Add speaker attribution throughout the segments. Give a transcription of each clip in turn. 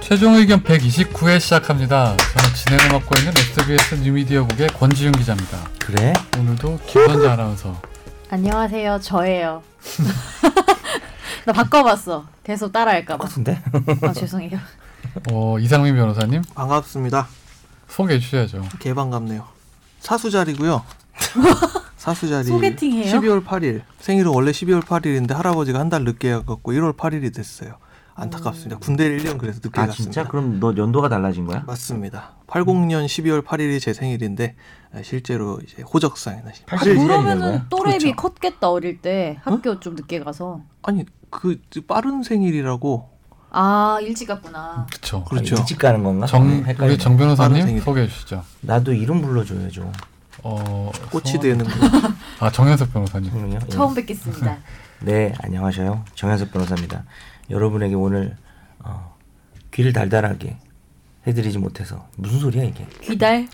Speaker 1: 최종 의견 129회 시작합니다. 저는 진행을 맡고 있는 SBS 뉴미디어국의 권지윤 기자입니다.
Speaker 2: 그래?
Speaker 1: 오늘도 김선재 아나운서.
Speaker 3: 안녕하세요. 저예요. 나 바꿔봤어. 계속 따라할까봐.
Speaker 2: 똑같은데?
Speaker 3: 아, 죄송해요.
Speaker 1: 어, 이상민 변호사님
Speaker 4: 반갑습니다.
Speaker 1: 소개해 주셔야죠.
Speaker 4: 개반갑네요. 사수자리고요. 사수자리
Speaker 3: 소개팅해요?
Speaker 4: 12월 8일 생일은 원래 12월 8일인데 할아버지가 한 달 늦게 해갖고 1월 8일이 됐어요.
Speaker 3: 음.
Speaker 4: 안타깝습니다. 군대를 1년 그래서 늦게
Speaker 2: 아
Speaker 4: 갔습니다.
Speaker 2: 진짜? 그럼 너 연도가 달라진 거야?
Speaker 4: 맞습니다. 80년 12월 8일이 제 생일인데 에, 실제로 이제 호적상이나 시-
Speaker 3: 아,
Speaker 2: 87 년이네,
Speaker 3: 그러면은
Speaker 2: 그거야?
Speaker 3: 또래비
Speaker 4: 그렇죠.
Speaker 3: 컸겠다 어릴 때 학교 좀 늦게 가서.
Speaker 4: 아니 그 빠른 생일이라고
Speaker 3: 아 일찍 갔구나.
Speaker 1: 그렇죠.
Speaker 4: 그렇죠.
Speaker 2: 아, 일찍 가는 건가?
Speaker 1: 정
Speaker 2: 음, 헷갈리네.
Speaker 1: 우리 정
Speaker 4: 빠른
Speaker 1: 변호사님
Speaker 4: 생일.
Speaker 1: 소개해 주시죠.
Speaker 2: 나도 이름 불러줘야죠
Speaker 1: 어,
Speaker 4: 꽃이
Speaker 1: 성-
Speaker 4: 되는 거.
Speaker 1: 아 정현석 변호사님.
Speaker 2: 그럼요 예.
Speaker 3: 처음 뵙겠습니다.
Speaker 2: 네 안녕하세요 정현석 변호사입니다 여러분에게 오늘 어, 귀를 달달하게 해드리지 못해서 무슨 소리야 이게
Speaker 3: 귀달.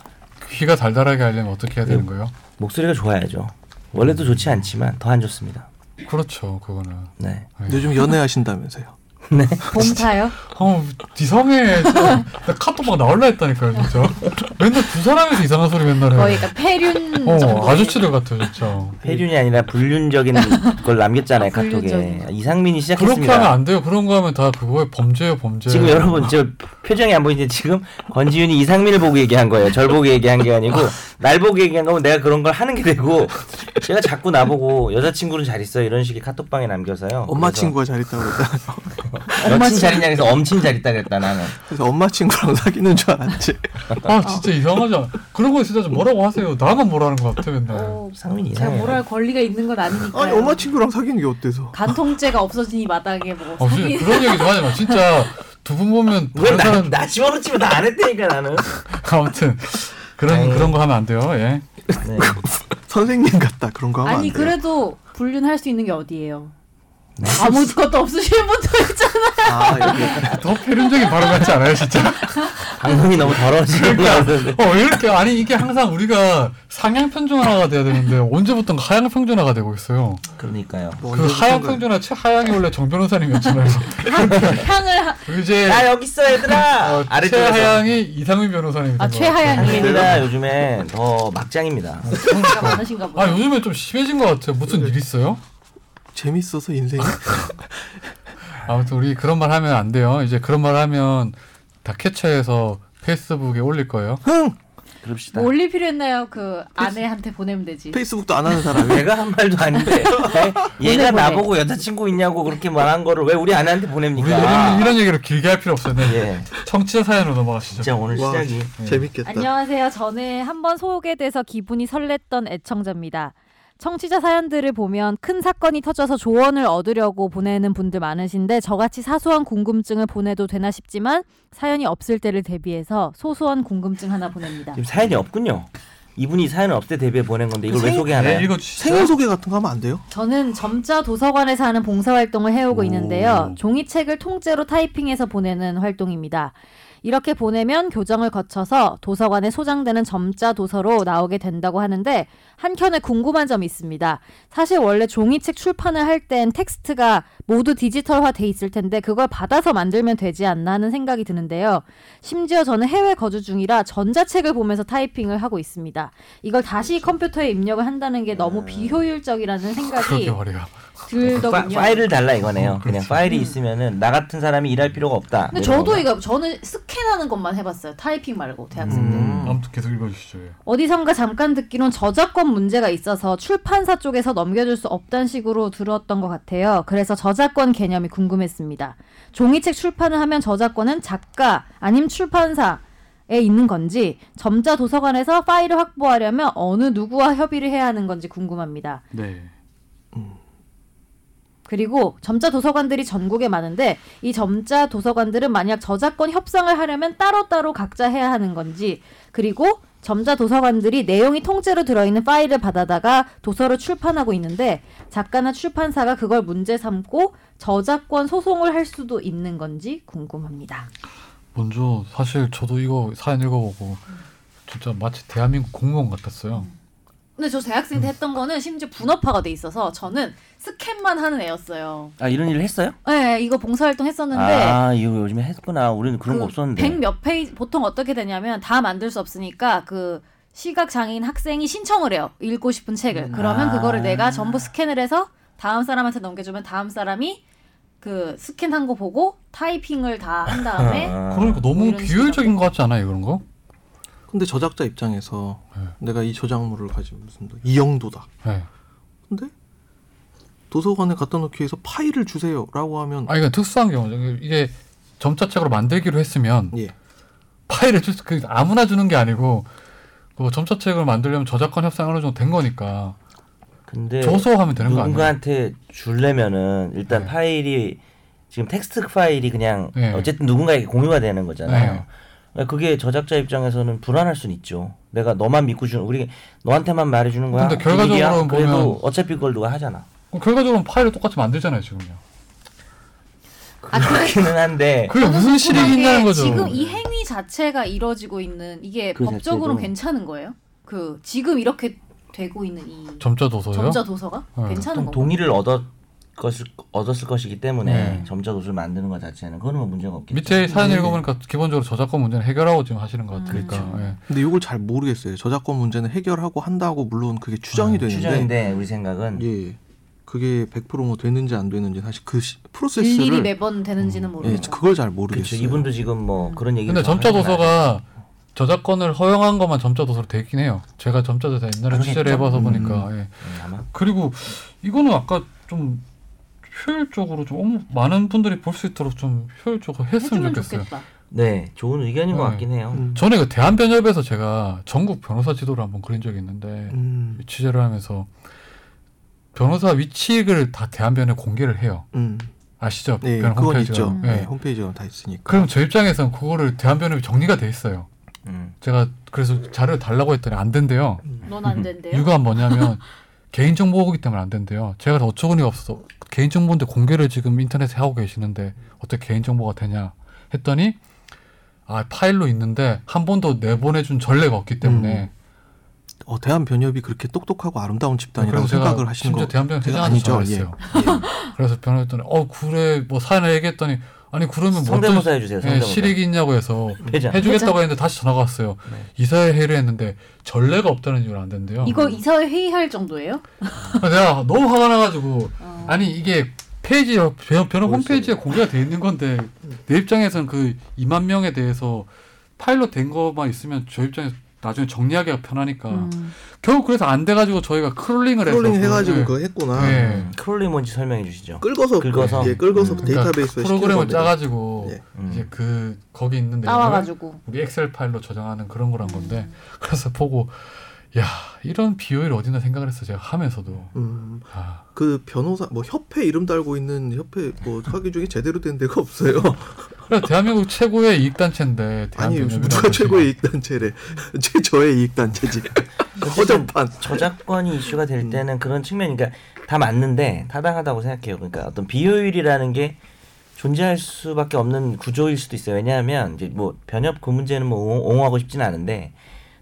Speaker 1: 귀가 달달하게 하려면 어떻게 해야 되는 거예요?
Speaker 2: 목소리가 좋아야죠 원래도 좋지 않지만 더 안 좋습니다
Speaker 1: 그렇죠, 그거는.
Speaker 2: 네
Speaker 4: 요즘 연애하신다면서요?
Speaker 2: 어,
Speaker 3: 봄타요?
Speaker 1: 어, 이상해. 진짜. 나 카톡 막 나올라 했다니까요, 진짜. 맨날 두 사람에서 이상한 소리 맨날
Speaker 3: 거의
Speaker 1: 해.
Speaker 3: 그러니까 폐륜 정도.
Speaker 1: 네. 어, 아저씨들 같아, 진짜.
Speaker 2: 폐륜이 아니라 불륜적인 걸 남겼잖아요
Speaker 3: 아, 불륜적인
Speaker 2: 카톡에
Speaker 3: 거.
Speaker 2: 이상민이
Speaker 1: 그렇게
Speaker 2: 시작했습니다
Speaker 1: 하면 안 돼요. 그런 거 하면 다 그거에 범죄예요, 범죄.
Speaker 2: 네, 지금 여러분 저 표정이 안 보이는데 지금 권지윤이 이상민을 보고 얘기한 거예요. 절 보고 얘기한 게 아니고 날 보고 얘기한 거면 내가 그런 걸 하는 게 되고 제가 자꾸 나보고 여자친구는 잘 있어 이런 식의 카톡방에 남겨서요.
Speaker 4: 엄마
Speaker 2: 그래서
Speaker 4: 친구가 잘 있다고 그랬다.
Speaker 2: 여친 잘 있냐 그래서 엄친 잘 있다 그랬다 나는.
Speaker 4: 그래서 엄마 친구랑 사귀는 줄 알았지.
Speaker 1: 아, 진짜 이상하지 않아. 그런 거 진짜 좀 뭐라고 하세요. 나만 뭐라는 것 같아, 맨날.
Speaker 3: 어,
Speaker 2: 상민이
Speaker 3: 제가
Speaker 2: 이상해.
Speaker 3: 뭐랄 권리가 있는 건 아니니까.
Speaker 4: 아니 엄마 친구랑 사귀는 게 어때서?
Speaker 3: 간통죄가 없어진 이 마당에 뭐.
Speaker 1: 어,
Speaker 3: 사기-
Speaker 1: 진짜 그런 얘기 좀 하지 마. 진짜 두 분 보면 다른
Speaker 2: 왜나
Speaker 1: 사람
Speaker 2: 나 집어넣지면 나 안 했다니까 나는.
Speaker 1: 아무튼 그런
Speaker 2: 에이.
Speaker 1: 그런 거 하면 안 돼요. 예.
Speaker 2: 네.
Speaker 4: 선생님 같다 그런 거 하면
Speaker 3: 아니
Speaker 4: 안 돼요.
Speaker 3: 그래도 불륜할 수 있는 게 어디예요? 아무것도 없으신 분도 있잖아.
Speaker 4: 아, 이렇게.
Speaker 1: 더 폐륜적인 발언 같지 않아요, 진짜?
Speaker 2: 방송이 너무 더러워지는 거 같은데.
Speaker 1: 어, 왜 이렇게 아니 이게 항상 우리가 상향 평준화가 돼야 되는데 언제부턴가 그 하향 평준화가 되고 있어요.
Speaker 2: 그러니까요.
Speaker 4: 뭐
Speaker 1: 그 하향
Speaker 4: 언제부턴가-
Speaker 1: 평준화 최하향이 원래 정 변호사님이었잖아요.
Speaker 3: 향을 하-
Speaker 1: 그리고 이제
Speaker 2: 나 여기 있어 아, 얘들아.
Speaker 1: 어,
Speaker 2: 아래쪽에서.
Speaker 1: 최하향이 이상민 변호사님이
Speaker 3: 아
Speaker 1: 된것 같아요.
Speaker 3: 최하양이
Speaker 2: 상민이가 요즘에 더 막장입니다.
Speaker 3: 인기가 많으신가 보다.
Speaker 1: 아 요즘에 좀 심해진 것 같아요. 무슨 일 있어요?
Speaker 4: 재밌어서 인생이
Speaker 1: 아무튼 우리 그런 말 하면 안 돼요. 이제 그런 말 하면 다 캡처해서 페이스북에 올릴 거예요.
Speaker 2: 그럽시다.
Speaker 3: 뭐 올릴 필요 했나요? 그 아내한테 보내면 되지.
Speaker 4: 페이스북도 안 하는 사람이
Speaker 2: 내가 한 말도 아닌데 왜
Speaker 3: 보내, 보내.
Speaker 2: 얘가 나보고 여자친구 있냐고 그렇게 말한 거를 왜 우리 아내한테
Speaker 1: 우리
Speaker 2: 보냅니까?
Speaker 1: 이런, 이런 얘기를 길게 할 필요 없어요. 네.
Speaker 2: 예,
Speaker 1: 청취자 사연으로 넘어가시죠.
Speaker 2: 진짜 오늘
Speaker 4: 와,
Speaker 2: 네, 시작이
Speaker 4: 재밌겠다.
Speaker 3: 안녕하세요. 전에 한번 소개돼서 기분이 설렜던 애청자입니다. 청취자 사연들을 보면 큰 사건이 터져서 조언을 얻으려고 보내는 분들 많으신데 저같이 사소한 궁금증을 보내도 되나 싶지만 사연이 없을 때를 대비해서 소소한 궁금증 하나 보냅니다.
Speaker 2: 지금 사연이 없군요. 이분이 사연을 없대 대비해 보낸 건데 이걸 왜
Speaker 4: 생-
Speaker 2: 소개하나요?
Speaker 1: 네, 읽어주시죠.
Speaker 4: 생일 소개 같은 거 하면 안 돼요?
Speaker 3: 저는 점자 도서관에서 하는 봉사활동을 해오고
Speaker 2: 오.
Speaker 3: 있는데요. 종이책을 통째로 타이핑해서 보내는 활동입니다. 이렇게 보내면 교정을 거쳐서 도서관에 소장되는 점자 도서로 나오게 된다고 하는데 한켠에 궁금한 점이 있습니다. 사실 원래 종이책 출판을 할 땐 텍스트가 모두 디지털화 돼 있을 텐데 그걸 받아서 만들면 되지 않나 하는 생각이 드는데요. 심지어 저는 해외 거주 중이라 전자책을 보면서 타이핑을 하고 있습니다. 이걸
Speaker 1: 그렇죠.
Speaker 3: 다시 컴퓨터에 입력을 한다는 게 너무 비효율적이라는 생각이
Speaker 1: 네. 그러게 말이야.
Speaker 2: 파,
Speaker 1: 그
Speaker 3: 들더군요.
Speaker 2: 파일을 달라 이거네요. 그냥 파일이 있으면은 나 같은 사람이 일할 필요가 없다. 뭐.
Speaker 3: 근데
Speaker 2: 이런
Speaker 3: 저도
Speaker 1: 뭐
Speaker 2: 건가?
Speaker 3: 이거 저는 스캔하는 것만 해봤어요. 타이핑 말고 대학생 때.
Speaker 1: 음, 아무튼 계속 읽어주시죠. 예.
Speaker 3: 어디선가 잠깐 듣기론 저작권 문제가 있어서 출판사 쪽에서 넘겨줄 수 없다는 식으로 들었던 것 같아요. 그래서 저작권 개념이 궁금했습니다. 종이책 출판을 하면 저작권은 작가 아님 출판사 에 있는 건지 점자 도서관에서 파일을 확보하려면 어느 누구와 협의를 해야 하는 건지 궁금합니다.
Speaker 1: 네.
Speaker 3: 그리고 점자 도서관들이 전국에 많은데 이 점자 도서관들은 만약 저작권 협상을 하려면 따로따로 각자 해야 하는 건지 그리고 점자 도서관들이 내용이 통째로 들어있는 파일을 받아다가 도서를 출판하고 있는데 작가나 출판사가 그걸 문제 삼고 저작권 소송을 할 수도 있는 건지 궁금합니다.
Speaker 1: 먼저 사실 저도 이거 사연 읽어보고 진짜 마치 대한민국 공무원 같았어요.
Speaker 5: 근데 저 대학생 때 했던 거는 심지어 분업화가 돼 있어서 저는 스캔만 하는 애였어요.
Speaker 2: 아 이런 일을 했어요?
Speaker 5: 네, 이거 봉사활동 했었는데
Speaker 2: 아 이거 요즘에 했구나. 우리는 그런 거 없었는데.
Speaker 5: 백몇 페이지 보통 어떻게 되냐면 다 만들 수 없으니까 그 시각 장애인 학생이 신청을 해요. 읽고 싶은 책을. 그러면
Speaker 2: 아.
Speaker 5: 그거를 내가 전부 스캔을 해서 다음 사람한테 넘겨주면 다음 사람이 그 스캔한 거 보고 타이핑을 다 한 다음에
Speaker 2: 아.
Speaker 1: 그러니까
Speaker 5: 뭐
Speaker 1: 너무
Speaker 5: 이런
Speaker 1: 비효율적인 것 같지 않아요, 이런 거?
Speaker 4: 근데 저작자 입장에서
Speaker 1: 네.
Speaker 4: 내가 이 저작물을 가지고 무슨 이영도다.
Speaker 1: 네.
Speaker 4: 근데 도서관에 갖다 놓기 위해서 파일을 주세요라고 하면
Speaker 1: 아, 이건 특수한 경우죠. 이게 점자책으로 만들기로 했으면
Speaker 4: 예.
Speaker 1: 파일을 주, 그 아무나 주는 게 아니고 그 점자책을 만들려면 저작권 협상 어느 정도 된 거니까
Speaker 2: 근데
Speaker 1: 조소하면 되는 거 아니에요?
Speaker 2: 네. 누군가한테 줄려면은 일단
Speaker 1: 네.
Speaker 2: 파일이 지금 텍스트 파일이 그냥
Speaker 1: 네.
Speaker 2: 어쨌든 누군가에게 공유가 되는
Speaker 1: 네.
Speaker 2: 거잖아요. 그러니까 그게 저작자 입장에서는 불안할 순 있죠. 내가 너만 믿고 주는 우리 너한테만 말해주는 거야.
Speaker 1: 근데 결과적으로는 보면-
Speaker 2: 비밀이야? 그래도 어차피 그걸 누가 하잖아.
Speaker 1: 그럼 결과적으로 파일을 똑같이 만들잖아요, 지금요.
Speaker 5: 아, 근데
Speaker 2: 그렇기는 한데
Speaker 1: 그게 무슨 실익이 있냐는 거죠.
Speaker 5: 지금 이 행위 자체가 이루어지고 있는 이게
Speaker 2: 그
Speaker 5: 법적으로
Speaker 2: 자체도.
Speaker 5: 괜찮은 거예요? 그 지금 이렇게 되고 있는 이
Speaker 1: 점자 도서요?
Speaker 5: 점자 도서가
Speaker 1: 네.
Speaker 2: 보통
Speaker 5: 괜찮은 건가요?
Speaker 2: 동의를 얻었 것을 얻었을 것이기 때문에
Speaker 1: 네.
Speaker 2: 점자 도서를 만드는 것 자체는 그거는 뭐 문제가 없겠죠.
Speaker 1: 밑에 사연 읽어보니까 기본적으로 저작권 문제는 해결하고 지금 하시는 것 같으니까.
Speaker 2: 그렇죠.
Speaker 1: 예.
Speaker 4: 근데 이걸 잘 모르겠어요. 저작권 문제는 해결하고 한다고 물론 그게 추정이 되는데
Speaker 2: 아, 추정인데 우리 생각은
Speaker 4: 예. 그게 100%뭐 되는지 안 되는지 사실 그 시- 프로세스를
Speaker 5: 일일이 매번 되는지는
Speaker 4: 예,
Speaker 5: 모르겠고
Speaker 4: 그걸 잘
Speaker 2: 그렇죠.
Speaker 4: 모르겠어요.
Speaker 2: 이분도 지금 뭐 그런 얘기.
Speaker 1: 근데 점자 도서가 저작권을 허용한 것만 점자 도서로 되긴 해요. 제가 점자 도서 옛날에
Speaker 2: 그러겠죠. 음.
Speaker 1: 취재를 해봐서 보니까. 예.
Speaker 2: 아마
Speaker 1: 그리고 이거는 아까 좀 효율적으로 좀 어머, 많은 분들이 볼 수 있도록 좀 효율적으로 했으면
Speaker 5: 해주면
Speaker 1: 좋겠어요.
Speaker 5: 좋겠다.
Speaker 2: 네 좋은 의견인 것
Speaker 1: 네.
Speaker 2: 같긴 해요.
Speaker 4: 음.
Speaker 1: 전에 그 대한변협에서 제가 전국 변호사 지도를 한번 그린 적이 있는데
Speaker 4: 음.
Speaker 1: 취재를 하면서 변호사 위치를 다 대한변협 공개를 해요.
Speaker 4: 음.
Speaker 1: 아시죠?
Speaker 4: 네,
Speaker 1: 변
Speaker 4: 그건
Speaker 1: 홈페이지가.
Speaker 4: 있죠.
Speaker 1: 예.
Speaker 4: 네, 홈페이지가 다 있으니까.
Speaker 1: 그럼 저 입장에선 그거를 대한변협이 정리가 돼 있어요.
Speaker 2: 음.
Speaker 1: 제가 그래서 자료를 달라고 했더니 안 된대요.
Speaker 5: 넌 안 된대요.
Speaker 1: 이유가 뭐냐면 개인정보 보호기 때문에 안 된대요. 제가 다 어처구니가 없어서 개인정보인데 공개를 지금 인터넷에 하고 계시는데 어떻게 개인정보가 되냐 했더니 아 파일로 있는데 한 번도 내보내준 전례가 없기
Speaker 4: 음.
Speaker 1: 때문에
Speaker 4: 어, 대한 변협이 그렇게 똑똑하고 아름다운 집단이라고
Speaker 1: 뭐 그래서 제가
Speaker 4: 생각을 하시는
Speaker 1: 심지어
Speaker 4: 거
Speaker 1: 대한변협
Speaker 4: 제가
Speaker 1: 회장한테 전화했어요.
Speaker 4: 아니죠.
Speaker 1: 예. 그래서 변호했더니 어 그래 뭐 사연을 얘기했더니 아니 그러면 뭐 어떤
Speaker 2: 성대모사 해주세요.
Speaker 1: 예,
Speaker 2: 성대모사. 음.
Speaker 1: 실익이 있냐고 해서
Speaker 2: 회장.
Speaker 1: 해주겠다고 했는데 다시 전화가 왔어요.
Speaker 2: 네.
Speaker 1: 이사회 회의를 했는데 전례가 없다는 이유로 안
Speaker 4: 어.
Speaker 1: 된대요.
Speaker 5: 이거 이사회 회의할 정도예요?
Speaker 1: 아, 내가 너무 화가 나가지고
Speaker 5: 어.
Speaker 1: 아니 이게 페이지 변, 변호 홈페이지에 공개가 돼 있는 건데 내 입장에선 그 2만 명에 대해서 파일로 된 거만 있으면 저 입장에서 나중에 정리하기가
Speaker 4: 어.
Speaker 1: 편하니까
Speaker 5: 음.
Speaker 4: 네,
Speaker 1: 결국 그래서 안 돼가지고 저희가 크롤링을 해서
Speaker 4: 트롤링
Speaker 1: 그-
Speaker 4: 해가지고
Speaker 1: 예,
Speaker 4: 그거 했구나.
Speaker 1: 예.
Speaker 2: 음. 크롤링 뭔지 설명해 주시죠.
Speaker 1: 그-
Speaker 4: 긁어서
Speaker 2: 긁어서?
Speaker 4: 예, 긁어서
Speaker 5: 음.
Speaker 1: 그러니까
Speaker 4: 데이터베이스에
Speaker 1: 프로그램을 짜가지고
Speaker 4: 예.
Speaker 2: 음.
Speaker 1: 이제 그 거기 있는 내용을
Speaker 5: 나와가지고
Speaker 1: 우리 엑셀 파일로 저장하는 그런 거란 건데 그래서 보고 야 이런 비효율 어디나 생각을 했어 제가 하면서도
Speaker 4: 음,
Speaker 1: 아,
Speaker 4: 그 변호사 뭐 협회 이름 달고 있는 협회 뭐 사기 중에 제대로 된 데가 없어요.
Speaker 1: 그래 대한민국 최고의 이익 단체인데
Speaker 4: 아니 요즘
Speaker 1: 대한변협이라는
Speaker 4: 누가
Speaker 1: 곳이-
Speaker 4: 최고의 이익 단체래? 최 저의 이익 단체지. 허접한.
Speaker 2: 저작권이 이슈가
Speaker 1: 음.
Speaker 2: 될 때는 그런 측면이 그러니까 다 맞는데 타당하다고 생각해요. 그러니까 어떤 비효율이라는 게 존재할 수밖에 없는 구조일 수도 있어요. 왜냐하면 이제 뭐 변협 그 문제는 뭐 옹- 옹호하고 싶진 않은데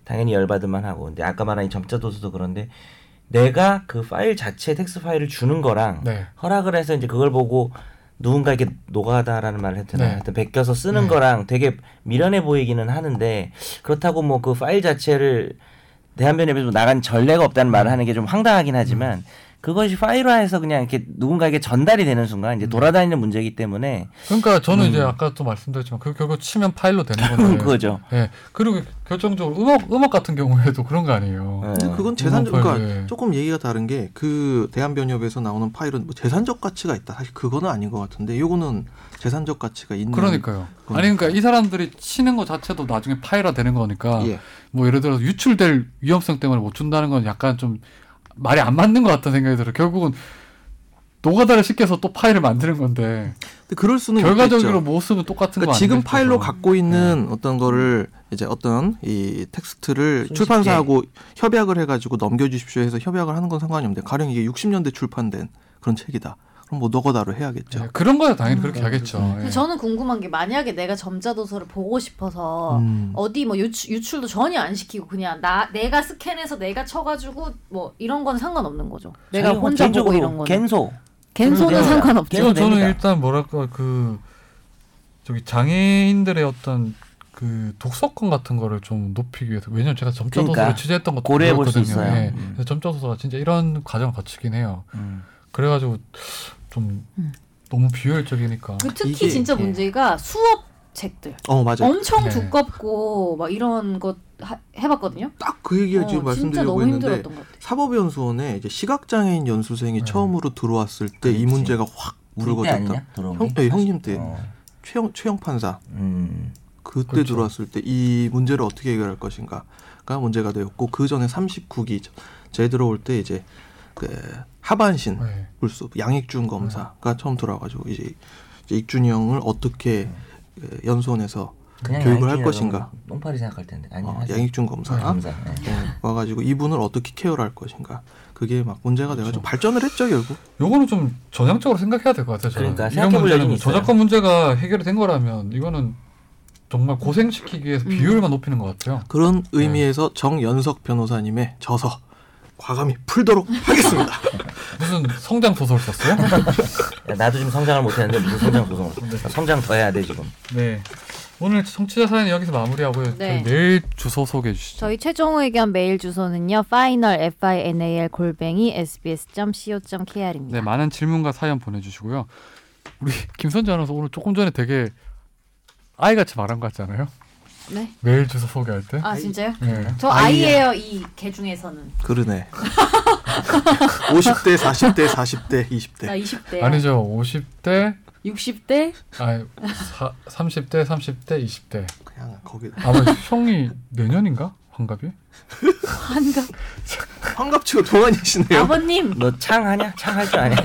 Speaker 2: 당연히 열받을만 하고 근데 아까 말한 이 점자 도서도 그런데 내가 그 파일 자체 텍스트 파일을 주는 거랑
Speaker 1: 네.
Speaker 2: 허락을 해서 이제 그걸 보고 누군가에게 노가다라는 말을 했잖아요.
Speaker 1: 네.
Speaker 2: 하여튼 베껴서 쓰는
Speaker 1: 네.
Speaker 2: 거랑 되게 미련해 보이기는 하는데 그렇다고 뭐 그 파일 자체를 대한변협에서 뭐 나간 전례가 없다는 말을 하는 게 좀 황당하긴 하지만 그것이 파일화해서 그냥 이렇게 누군가에게 전달이 되는 순간 이제 돌아다니는 문제이기 때문에
Speaker 1: 그러니까 저는 이제 아까 또 말씀드렸지만 그 결국 치면 파일로
Speaker 2: 네,
Speaker 1: 되는 건데
Speaker 2: 그거죠.
Speaker 1: 예 그리고 결정적으로 음악 음악 같은 경우에도 그런 거 아니에요.
Speaker 4: 근데
Speaker 5: 어.
Speaker 2: 예.
Speaker 4: 그건 재산적 그러니까
Speaker 1: 예.
Speaker 4: 조금 얘기가 다른 게 그 대한변협에서 나오는 파일은 뭐 재산적 가치가 있다. 사실 그거는 아닌 것 같은데 요거는 재산적 가치가 있는.
Speaker 1: 그러니까요. 아니 그러니까 이 사람들이 치는 것 자체도 나중에 파일화 되는 거니까
Speaker 4: 예.
Speaker 1: 뭐 예를 들어서 유출될 위험성 때문에 못 준다는 건 약간 좀 말이 안 맞는 것 같다는 생각이 들어요. 결국은 노가다를 시켜서 또 파일을 만드는 건데
Speaker 4: 근데 그럴 수는
Speaker 1: 결과적으로
Speaker 4: 있겠죠.
Speaker 1: 모습은 똑같은
Speaker 4: 그러니까
Speaker 1: 거
Speaker 4: 지금
Speaker 1: 아닌가
Speaker 4: 파일로
Speaker 1: 싶어서.
Speaker 4: 갖고
Speaker 1: 예.
Speaker 4: 있는 어떤 거를 이제 어떤 이 텍스트를
Speaker 2: 손쉽게.
Speaker 4: 출판사하고 협약을 해가지고 넘겨주십시오 해서 협약을 하는 건 상관이 없는데 가령 이게 60년대 출판된 그런 책이다. 그럼 뭐 너거나로 해야겠죠.
Speaker 1: 예, 그런 거야 당연히 그렇게 하겠죠.
Speaker 3: 근데
Speaker 4: 네.
Speaker 1: 예.
Speaker 3: 음. 저는 궁금한 게 만약에 내가 점자 도서를 보고 싶어서
Speaker 4: 음.
Speaker 3: 어디 뭐 유출, 유출도 전혀 안 시키고 그냥 나 내가 스캔해서 내가 쳐가지고 뭐 이런 건 상관없는 거죠. 내가
Speaker 2: 저는
Speaker 3: 혼자 보고
Speaker 2: 개인적으로
Speaker 3: 이런 거는
Speaker 2: 겐소
Speaker 3: 갠소는
Speaker 2: 저는-
Speaker 3: 상관없죠.
Speaker 1: 저는, 저는
Speaker 2: 됩니다.
Speaker 1: 일단 뭐랄까 그 저기 장애인들의 어떤 그 독서권 같은 거를 좀 높이기 위해서 왜냐면 제가 점자
Speaker 2: 그러니까,
Speaker 1: 도서를 취재했던 것도
Speaker 2: 고려해 볼수
Speaker 1: 그렇거든요.
Speaker 2: 있어요.
Speaker 1: 예.
Speaker 2: 음.
Speaker 1: 그래서 점자 도서가 진짜 이런 과정을 거치긴 해요.
Speaker 2: 음.
Speaker 1: 그래가지고 좀
Speaker 3: 음.
Speaker 1: 너무 비효율적이니까
Speaker 5: 그 특히
Speaker 4: 이게-
Speaker 5: 진짜
Speaker 2: 예.
Speaker 5: 문제가 수업 책들
Speaker 4: 어 맞아요.
Speaker 5: 엄청
Speaker 1: 네.
Speaker 5: 두껍고 막 이런 것 하- 해봤거든요.
Speaker 4: 딱 그 얘기를
Speaker 5: 어,
Speaker 4: 지금
Speaker 5: 진짜
Speaker 4: 말씀드리려고
Speaker 5: 너무
Speaker 4: 했는데
Speaker 5: 힘들었던 것 같아요.
Speaker 4: 사법연수원에 이제 시각장애인 연수생이
Speaker 1: 네.
Speaker 4: 처음으로 들어왔을 때 이
Speaker 2: 그렇지.
Speaker 4: 문제가 확
Speaker 2: 우리 때
Speaker 4: 물거졌다.
Speaker 2: 아니냐? 들어온
Speaker 4: 형,
Speaker 2: 게?
Speaker 4: 네, 형님 때
Speaker 2: 어.
Speaker 4: 최영 최영 판사
Speaker 2: 음.
Speaker 4: 그때
Speaker 1: 그렇죠.
Speaker 4: 들어왔을 때 이 문제를 어떻게 해결할 것인가가 문제가 되었고 그 전에 39기 제 들어올 때 이제 그
Speaker 2: 네.
Speaker 4: 하반신
Speaker 1: 예.
Speaker 4: 불수 양익준 검사가 처음 들어와가지고 이제, 이제 익준이 형을
Speaker 2: 네.
Speaker 4: 어떻게 그 연수원에서
Speaker 2: 그냥
Speaker 4: 교육을 할
Speaker 2: 양익준이라고
Speaker 4: 것인가?
Speaker 2: 똥파리 생각할 텐데 아니
Speaker 4: 어,
Speaker 2: 하지.
Speaker 4: 양익준 검사 가
Speaker 2: 감사. 네.
Speaker 4: 와가지고 이분을 어떻게 케어를 할 것인가 그게 막 문제가
Speaker 2: 그렇죠.
Speaker 4: 돼가지고 발전을 했죠 결국
Speaker 1: 요거는 좀 전향적으로 생각해야 될 것 같아요. 저는.
Speaker 2: 그러니까
Speaker 1: 이런
Speaker 2: 생각해볼
Speaker 1: 문제는
Speaker 2: 여지는 있어요.
Speaker 1: 저작권 문제가 해결이 된 거라면 이거는 정말 고생시키기
Speaker 3: 음.
Speaker 1: 위해서 비효율만 높이는 것 같아요.
Speaker 4: 그런
Speaker 2: 네.
Speaker 4: 의미에서 정연석 변호사님의 저서 과감히 풀도록 하겠습니다.
Speaker 1: 무슨 성장 소설 썼어요?
Speaker 2: 야, 그러니까 나도 지금 성장을 못했는데 무슨 성장 고성을 성장 더 해야 돼 지금.
Speaker 1: 네. 오늘 청취자 사연 여기서 마무리하고요.
Speaker 3: 네.
Speaker 1: 저희 메일 주소 소개해 주시죠.
Speaker 3: 저희 최종 의견 메일 주소는요. final f i n a l 골뱅이 s b s c o k r입니다.
Speaker 1: 네, 많은 질문과 사연 보내주시고요. 우리 김선재 아나운서 오늘 조금 전에 되게 아이같이 말한 것 같지 않아요?
Speaker 5: 네.
Speaker 1: 메일 주소 소개할 때.
Speaker 5: 아 진짜요?
Speaker 1: 네.
Speaker 5: 저 아이예요 이 개 중에서는
Speaker 4: 그러네. 50대, 40대, 40대, 20대.
Speaker 5: 나
Speaker 3: 네.
Speaker 5: 20대,
Speaker 1: 아니죠. 50대,
Speaker 5: 60대
Speaker 1: 아니, 사, 30대, 30대, 20대.
Speaker 4: 그냥 거기
Speaker 1: 아마 형이 내년인가? 환갑이?
Speaker 5: 한가
Speaker 4: 환갑치고 동안이시네요.
Speaker 5: 아버님
Speaker 2: 너 창하냐? 창할 줄 아냐?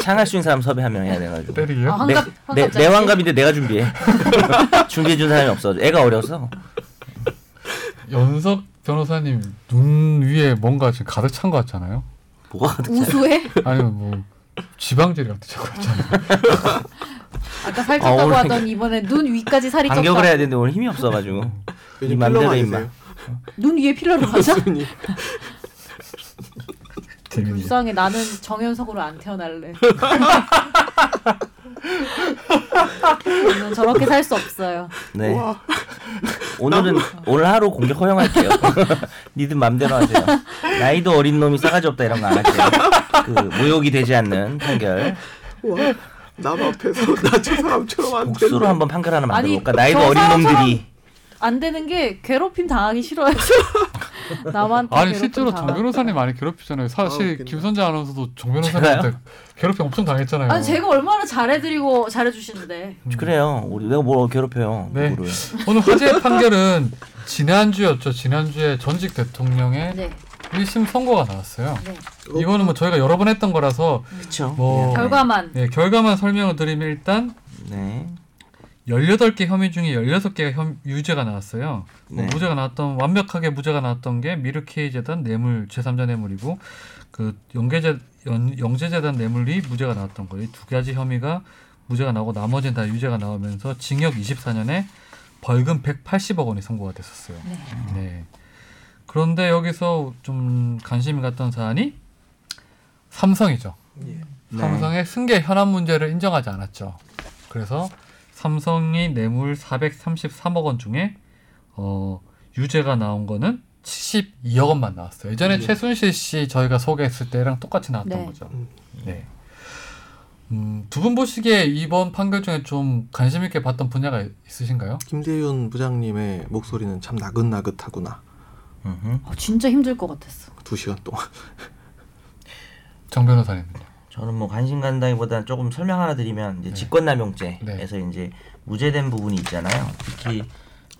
Speaker 2: 창할 수 있는 사람 섭외 한 명 해야 돼가지고.
Speaker 1: 때리기요?
Speaker 5: 아,
Speaker 2: 내-
Speaker 5: 환갑
Speaker 2: 내,
Speaker 5: 환갑
Speaker 2: 내 환갑인데 내가 준비해. 준비해 준 사람이 없어. 애가 어려서.
Speaker 1: 연석 변호사님 눈 위에 뭔가 지금 가득 찬 것 같잖아요.
Speaker 2: 뭐가 어떻게?
Speaker 5: 우수해
Speaker 1: 아니면 뭐 지방질이 가득 찬 것 같잖아요.
Speaker 5: 아까 살쪘다고
Speaker 2: 오늘-
Speaker 5: 하던 이번에 눈 위까지 살이
Speaker 2: 반격을
Speaker 5: 쪘다
Speaker 2: 해야 되는데 오늘 힘이 없어가지고.
Speaker 4: 요즘
Speaker 2: 이 맘대로
Speaker 4: 필러만
Speaker 2: 임마.
Speaker 4: 하세요?
Speaker 5: 눈 위에 필러를 맞아
Speaker 4: 교수님.
Speaker 1: 재밌네.
Speaker 5: 불쌍해 나는 정현석으로 안 태어날래 저는 저렇게 살 수 없어요
Speaker 2: 네.
Speaker 4: 우와.
Speaker 2: 오늘은 오늘 하루 공격 허용할게요. 니들 맘대로 하세요. 나이도 어린 놈이 싸가지 없다 이런 거 안 할게요. 그 모욕이 되지 않는 판결.
Speaker 4: 우와. 남 앞에서 나 저 사람처럼 안 돼.
Speaker 2: 복수로 한번 판결 하나
Speaker 5: 아니,
Speaker 2: 만들어볼까? 나이도
Speaker 5: 저
Speaker 2: 어린
Speaker 5: 사람처럼-
Speaker 2: 놈들이.
Speaker 5: 안 되는 게 괴롭힘 당하기 싫어요 남한테
Speaker 1: 아니
Speaker 5: 괴롭힘
Speaker 1: 실제로 정
Speaker 5: 당하-
Speaker 1: 변호사님 많이 괴롭히잖아요.
Speaker 4: 아,
Speaker 1: 사실
Speaker 4: 웃긴다.
Speaker 1: 김선재 아나운서도 정 변호사님한테 괴롭힘 엄청 당했잖아요.
Speaker 5: 아니 제가 얼마나 잘해드리고 잘해주시는데
Speaker 2: 그래요. 우리 내가 뭘 괴롭혀요.
Speaker 1: 네.
Speaker 2: 누구를.
Speaker 1: 오늘 화제의 판결은 지난주였죠. 지난주에 전직 대통령의
Speaker 5: 네
Speaker 1: 1심 선고가 나왔어요.
Speaker 5: 네. 음.
Speaker 1: 이거는 뭐 저희가 여러 번 했던 거라서
Speaker 2: 그렇죠.
Speaker 1: 뭐-
Speaker 5: 결과만
Speaker 1: 네, 결과만 설명을 드리면 일단
Speaker 2: 네.
Speaker 1: 18개 혐의 중에 16개가 혐, 유죄가 나왔어요. 뭐
Speaker 2: 네.
Speaker 1: 무죄가 나왔던 완벽하게 무죄가 나왔던 게 미르케이 재단 뇌물 제3자 뇌물이고 그 영계재 연, 영재재단 뇌물이 무죄가 나왔던 거예요. 이 두 가지 혐의가 무죄가 나오고 나머지는 다 유죄가 나오면서 징역 24년에 벌금 180억 원이 선고가 됐었어요.
Speaker 5: 네.
Speaker 1: 네. 그런데 여기서 좀 관심이 갔던 사안이 삼성이죠.
Speaker 2: 네.
Speaker 1: 삼성의 승계 현안 문제를 인정하지 않았죠. 그래서 삼성이 뇌물 433억 원 중에 어, 유죄가 나온 거는 72억 원만 나왔어요. 예전에 최순실 씨 저희가 소개했을 때랑 똑같이 나왔던
Speaker 5: 네.
Speaker 1: 거죠.
Speaker 4: 음.
Speaker 1: 네. 음, 두 분 보시기에 이번 판결 중에 좀 관심 있게 봤던 분야가 있으신가요?
Speaker 4: 김대윤 부장님의 목소리는 참 나긋나긋하구나.
Speaker 2: 음흠.
Speaker 5: 어, 진짜 힘들 것 같았어
Speaker 4: 두 시간 동안.
Speaker 1: 정 변호사님은요.
Speaker 2: 저는 뭐 관심 간다기보다는 조금 설명 하나 드리면 이제 직권남용죄에서 이제 무죄된 부분이 있잖아요. 특히